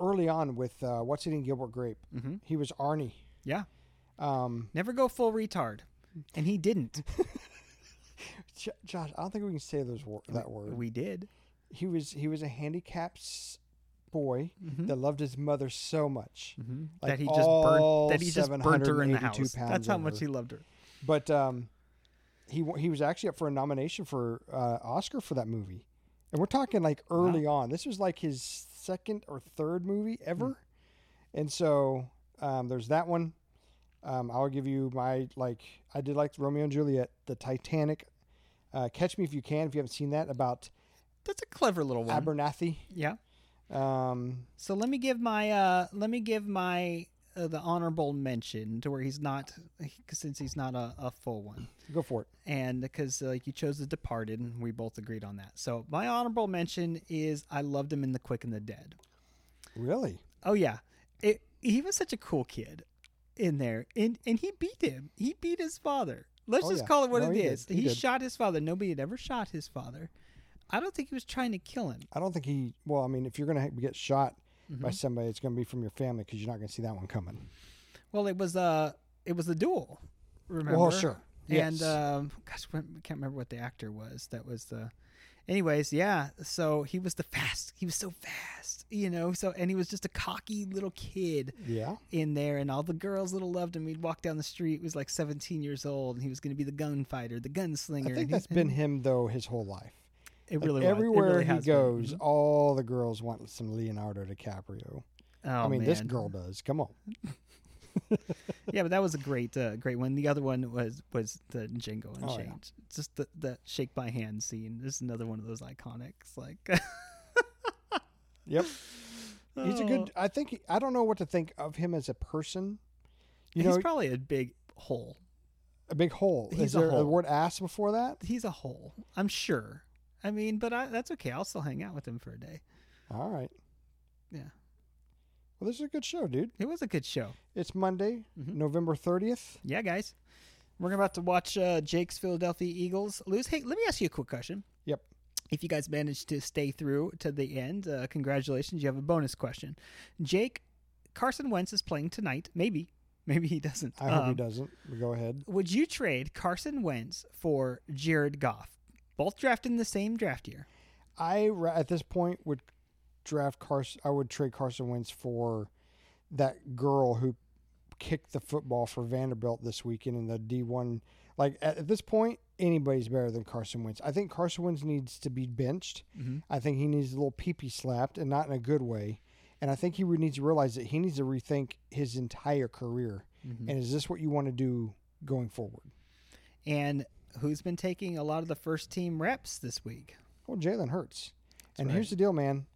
Speaker 3: early on with uh, what's it in Gilbert Grape.
Speaker 1: Mhm.
Speaker 3: He was Arnie.
Speaker 1: yeah,
Speaker 3: Um,
Speaker 1: never go full retard, and he didn't.
Speaker 3: J- Josh, I don't think we can say those wor- that word.
Speaker 1: we did.
Speaker 3: he was he was a handicapped s- boy
Speaker 1: Mm-hmm.
Speaker 3: that loved his mother so much Mm-hmm. like
Speaker 1: that he just burnt.
Speaker 3: all
Speaker 1: That he just burnt her in the
Speaker 3: 782
Speaker 1: house.
Speaker 3: pounds
Speaker 1: That's how
Speaker 3: of
Speaker 1: much
Speaker 3: her.
Speaker 1: he loved her.
Speaker 3: But um, he wa- he was actually up for a nomination for uh, Oscar for that movie, and we're talking like early on. This was like his second or third movie ever, and so um, there's that one. Um, I'll give you my like I did like Romeo and Juliet, The Titanic, uh, Catch Me If You Can if you haven't seen that about
Speaker 1: That's a clever little one.
Speaker 3: Abernathy.
Speaker 1: yeah.
Speaker 3: Um,
Speaker 1: So let me give my uh let me give my uh, the honorable mention to where he's not since he's not a, a full one
Speaker 3: go for it.
Speaker 1: and because like you chose the departed and we both agreed on that so my honorable mention is i loved him in the quick and the dead
Speaker 3: Really?
Speaker 1: Oh yeah, it, he was such a cool kid in there, and and he beat him. He beat his father. Let's
Speaker 3: Oh,
Speaker 1: just
Speaker 3: yeah.
Speaker 1: call it what
Speaker 3: No,
Speaker 1: it
Speaker 3: he did.
Speaker 1: is.
Speaker 3: He
Speaker 1: He,
Speaker 3: did.
Speaker 1: shot his father. Nobody had ever shot his father. I don't think he was trying to kill him.
Speaker 3: I don't think he. Well, I mean, if you're gonna get shot by somebody, it's gonna be from your family because you're not gonna see that one coming.
Speaker 1: Well, it was uh it was the duel. Remember?
Speaker 3: Oh, sure. Yes.
Speaker 1: And um, gosh, I can't remember what the actor was. That was the. Anyways, yeah. So he was the fast. He was so fast, you know. So and he was just a cocky little kid.
Speaker 3: Yeah.
Speaker 1: in there, and all the girls little loved him. He'd walk down the street, was like 17 years old, and he was going to be the gunfighter, the gunslinger.
Speaker 3: I
Speaker 1: and
Speaker 3: think
Speaker 1: he-
Speaker 3: that's been him though his whole life.
Speaker 1: it
Speaker 3: Like,
Speaker 1: really was. It
Speaker 3: everywhere
Speaker 1: really
Speaker 3: he
Speaker 1: has been. Mm-hmm.
Speaker 3: goes, all the girls want some Leonardo DiCaprio.
Speaker 1: Oh,
Speaker 3: I mean, this
Speaker 1: man.
Speaker 3: girl does. Come on,
Speaker 1: Yeah, but that was a great, uh, great one. The other one was was the Django
Speaker 3: Oh, yeah.
Speaker 1: Unchained. Just the the shake by hand scene. This is another one of those iconics. Like
Speaker 3: yep, he's a
Speaker 1: Oh.
Speaker 3: good. I think he- I don't know what to think of him as a person. You
Speaker 1: he's
Speaker 3: know,
Speaker 1: probably a big hole.
Speaker 3: a big hole. Is
Speaker 1: he's a
Speaker 3: there
Speaker 1: hole.
Speaker 3: word ass before that?
Speaker 1: He's a hole. I'm sure. I mean, but I, that's okay. I'll still hang out with him for a day.
Speaker 3: All right.
Speaker 1: Yeah.
Speaker 3: Well, this is a good show, dude.
Speaker 1: It was a good show.
Speaker 3: It's Monday,
Speaker 1: Mm-hmm.
Speaker 3: November thirtieth.
Speaker 1: Yeah, guys. We're about to watch uh, Jake's Philadelphia Eagles lose. Hey, let me ask you a quick question.
Speaker 3: Yep.
Speaker 1: If you guys managed to stay through to the end, uh, congratulations. You have a bonus question. Jake, Carson Wentz is playing tonight. Maybe. Maybe he doesn't.
Speaker 3: I hope he
Speaker 1: Um,
Speaker 3: doesn't. But Go ahead.
Speaker 1: Would you trade Carson Wentz for Jared Goff? Both drafted in the same draft year.
Speaker 3: I ra- at this point would draft Carson. I would trade Carson Wentz for that girl who kicked the football for Vanderbilt this weekend in the D one. Like at, at this point, anybody's better than Carson Wentz. I think Carson Wentz needs to be benched.
Speaker 1: Mm-hmm.
Speaker 3: I think he needs a little pee pee slapped, and not in a good way. And I think he would need to realize that he needs to rethink his entire career.
Speaker 1: Hmm. Mm-hmm.
Speaker 3: And is this what you want to do going forward?
Speaker 1: And who's been taking a lot of the first team reps this week?
Speaker 3: Well, Jalen Hurts. and here's the deal, man.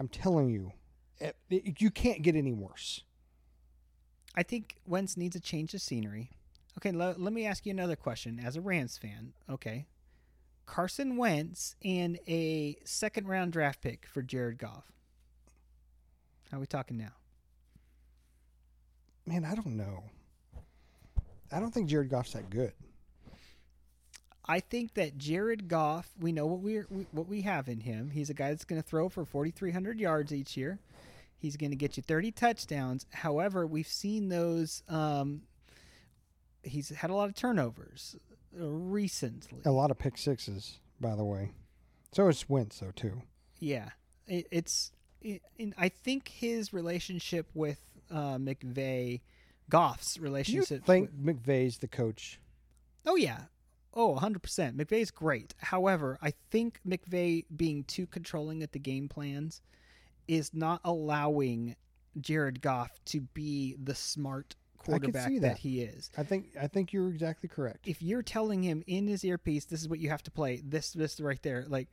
Speaker 3: I'm telling you, it, it- you can't get any worse.
Speaker 1: I think Wentz needs a change of scenery. Okay, le- let me ask you another question as a Rams fan. Okay. Carson Wentz and a second round draft pick for Jared Goff. How are we talking now?
Speaker 3: Man, I don't know. I don't think Jared Goff's that good.
Speaker 1: I think that Jared Goff, we know what we're we, what we have in him. He's a guy that's going to throw for 4,300 yards each year. He's going to get you 30 touchdowns. However, we've seen those. Um, he's had a lot of turnovers uh, recently.
Speaker 3: A lot of pick sixes, by the way. So is Wentz, though, too.
Speaker 1: Yeah, it, it's. It, and I think his relationship with uh, McVeigh, Goff's
Speaker 3: Do you
Speaker 1: relationship.
Speaker 3: think
Speaker 1: with-
Speaker 3: McVay's the coach?
Speaker 1: oh yeah, oh 100 percent. McVeigh's great. However, I think McVeigh being too controlling at the game plans is not allowing Jared Goff to be the smart
Speaker 3: could
Speaker 1: quarterback
Speaker 3: see that.
Speaker 1: that he is.
Speaker 3: I think I think you're exactly correct.
Speaker 1: if you're telling him in his earpiece, this is what you have to play, this, this right there, like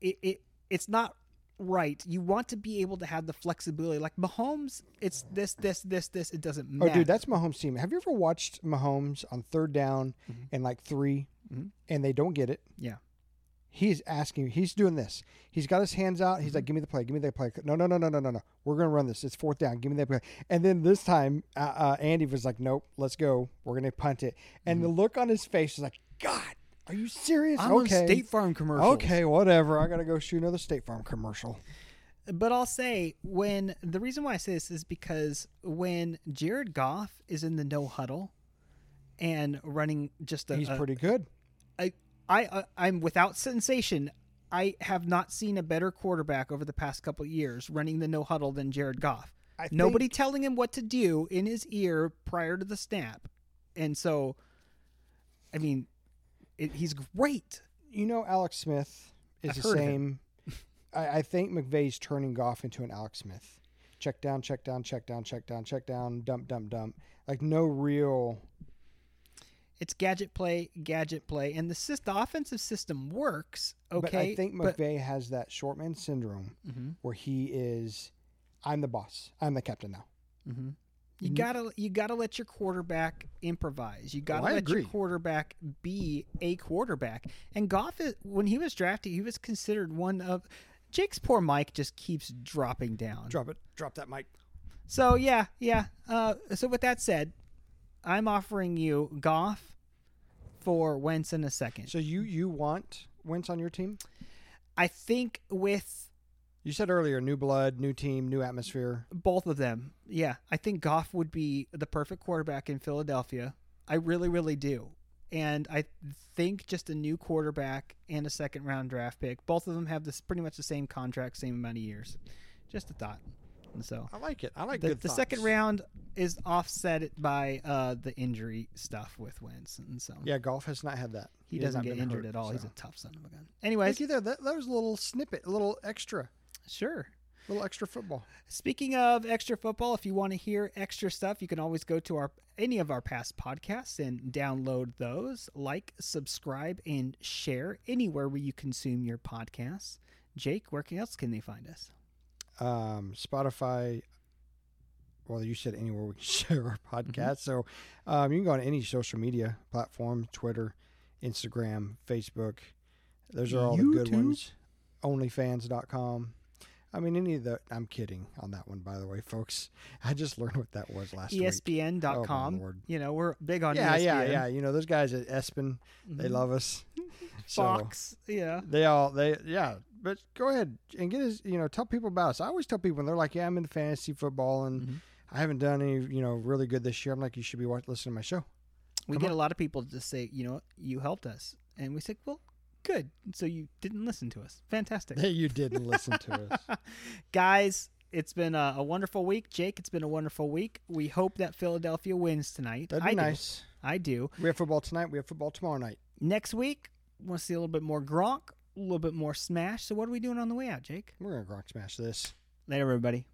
Speaker 1: it, it it's not right. You want to be able to have the flexibility. Like Mahomes, it's this, this, this, this. It doesn't
Speaker 3: Oh,
Speaker 1: matter.
Speaker 3: dude, that's Mahomes' team. Have you ever watched Mahomes on third down
Speaker 1: Mhm.
Speaker 3: and like 3
Speaker 1: Mhm.
Speaker 3: and they don't get it?
Speaker 1: Yeah.
Speaker 3: He's asking. He's doing this. He's got his hands out.
Speaker 1: Mm-hmm.
Speaker 3: He's like, "Give me the play. Give me the play." No, no, no, no, no, no, no. We're gonna run this. It's fourth down. Give me that play. And then this time, uh, uh, Andy was like, "Nope, let's go. We're gonna punt it." And the look on his face is like, "God, are you serious?"
Speaker 1: Mm-hmm. I'm
Speaker 3: okay,
Speaker 1: on State Farm commercials.
Speaker 3: okay, whatever. I gotta go shoot another State Farm commercial.
Speaker 1: But I'll say when the reason why I say this is because when Jared Goff is in the no huddle and running just a,
Speaker 3: He's
Speaker 1: a-
Speaker 3: pretty good.
Speaker 1: I, I, I- I'm without sensation. I have not seen a better quarterback over the past couple of years running the no huddle than Jared Goff.
Speaker 3: I
Speaker 1: Nobody telling him what to do in his ear prior to the snap, and so, I mean, it, he's great.
Speaker 3: you know Alex Smith is
Speaker 1: I've
Speaker 3: the
Speaker 1: heard of
Speaker 3: same. I, I think McVeigh's turning Goff into an Alex Smith. Check down, check down, check down, check down, check down, dump, dump, dump. Like no real.
Speaker 1: It's gadget play, gadget play, and the sys- the offensive system works. Okay,
Speaker 3: but I think
Speaker 1: but-
Speaker 3: McVeigh has that short man syndrome
Speaker 1: Mhm.
Speaker 3: where he is, I'm the boss. I'm the captain now. Mm-hmm.
Speaker 1: You gotta you gotta let your quarterback improvise. You gotta
Speaker 3: Oh, I
Speaker 1: let
Speaker 3: agree.
Speaker 1: your quarterback be a quarterback. And Goff, is, when he was drafted, he was considered one of Jake's poor mic just keeps dropping down.
Speaker 3: Drop it. Drop that mic.
Speaker 1: So yeah, yeah. Uh, so with that said, I'm offering you Goff for Wentz in a second.
Speaker 3: So you you want Wentz on your team?
Speaker 1: I think with
Speaker 3: You said earlier, new blood, new team, new atmosphere.
Speaker 1: both of them. Yeah, I think Goff would be the perfect quarterback in Philadelphia. I really, really do. And I think just a new quarterback and a second round draft pick. Both of them have this pretty much the same contract, same amount of years. Just a thought. And so
Speaker 3: I like it. I like
Speaker 1: the,
Speaker 3: good
Speaker 1: the second
Speaker 3: thoughts.
Speaker 1: round is offset by uh, the injury stuff with Wentz, and so
Speaker 3: Yeah, golf has not had that.
Speaker 1: he,
Speaker 3: has
Speaker 1: doesn't
Speaker 3: not
Speaker 1: get
Speaker 3: been
Speaker 1: injured
Speaker 3: hurt,
Speaker 1: at all. He's
Speaker 3: so.
Speaker 1: a tough son of a gun.
Speaker 3: Thank
Speaker 1: Anyways,
Speaker 3: you there. That, that was a little snippet, a little extra,
Speaker 1: sure.
Speaker 3: little extra football.
Speaker 1: Speaking of extra football, if you want to hear extra stuff, you can always go to our any of our past podcasts and download those. Like, subscribe, and share anywhere where you consume your podcasts. Jake, where else can they find us?
Speaker 3: Um, Spotify. Well, you said anywhere we can share our podcast. So um, you can go on any social media platform Twitter, Instagram, Facebook. Those are all the
Speaker 1: YouTube?
Speaker 3: good ones. OnlyFans.com. I mean, any of the. I'm kidding on that one, by the way, folks. I just learned what that was
Speaker 1: E
Speaker 3: last week. Oh, my
Speaker 1: ESPN.com.
Speaker 3: Lord.
Speaker 1: you know, we're big on E
Speaker 3: Yeah,
Speaker 1: ESPN.
Speaker 3: yeah, yeah. You know, those guys at Espen, they
Speaker 1: Mhm.
Speaker 3: love us. So-
Speaker 1: Fox. Yeah.
Speaker 3: They all they yeah. But go ahead and get us. You know, tell people about us. I always tell people when they're like, "Yeah, I'm into fantasy football and
Speaker 1: Mhm.
Speaker 3: I haven't done any, you know, really good this year." I'm like, "You should be watching, listening to my show."
Speaker 1: We
Speaker 3: Come
Speaker 1: get
Speaker 3: on.
Speaker 1: a lot of people to say, you know, you helped us. And we say, well, good. So you didn't listen to us. Fantastic.
Speaker 3: you didn't listen to us.
Speaker 1: Guys, it's been a, a wonderful week. Jake, it's been a wonderful week. We hope that Philadelphia wins tonight.
Speaker 3: That'd
Speaker 1: I
Speaker 3: be
Speaker 1: do.
Speaker 3: nice.
Speaker 1: I do.
Speaker 3: We have football tonight. We have football tomorrow night.
Speaker 1: Next week, we'll see a little bit more Gronk, a little bit more Smash. So, what are we doing on the way out, Jake?
Speaker 3: We're gonna Gronk smash this.
Speaker 1: Later, everybody.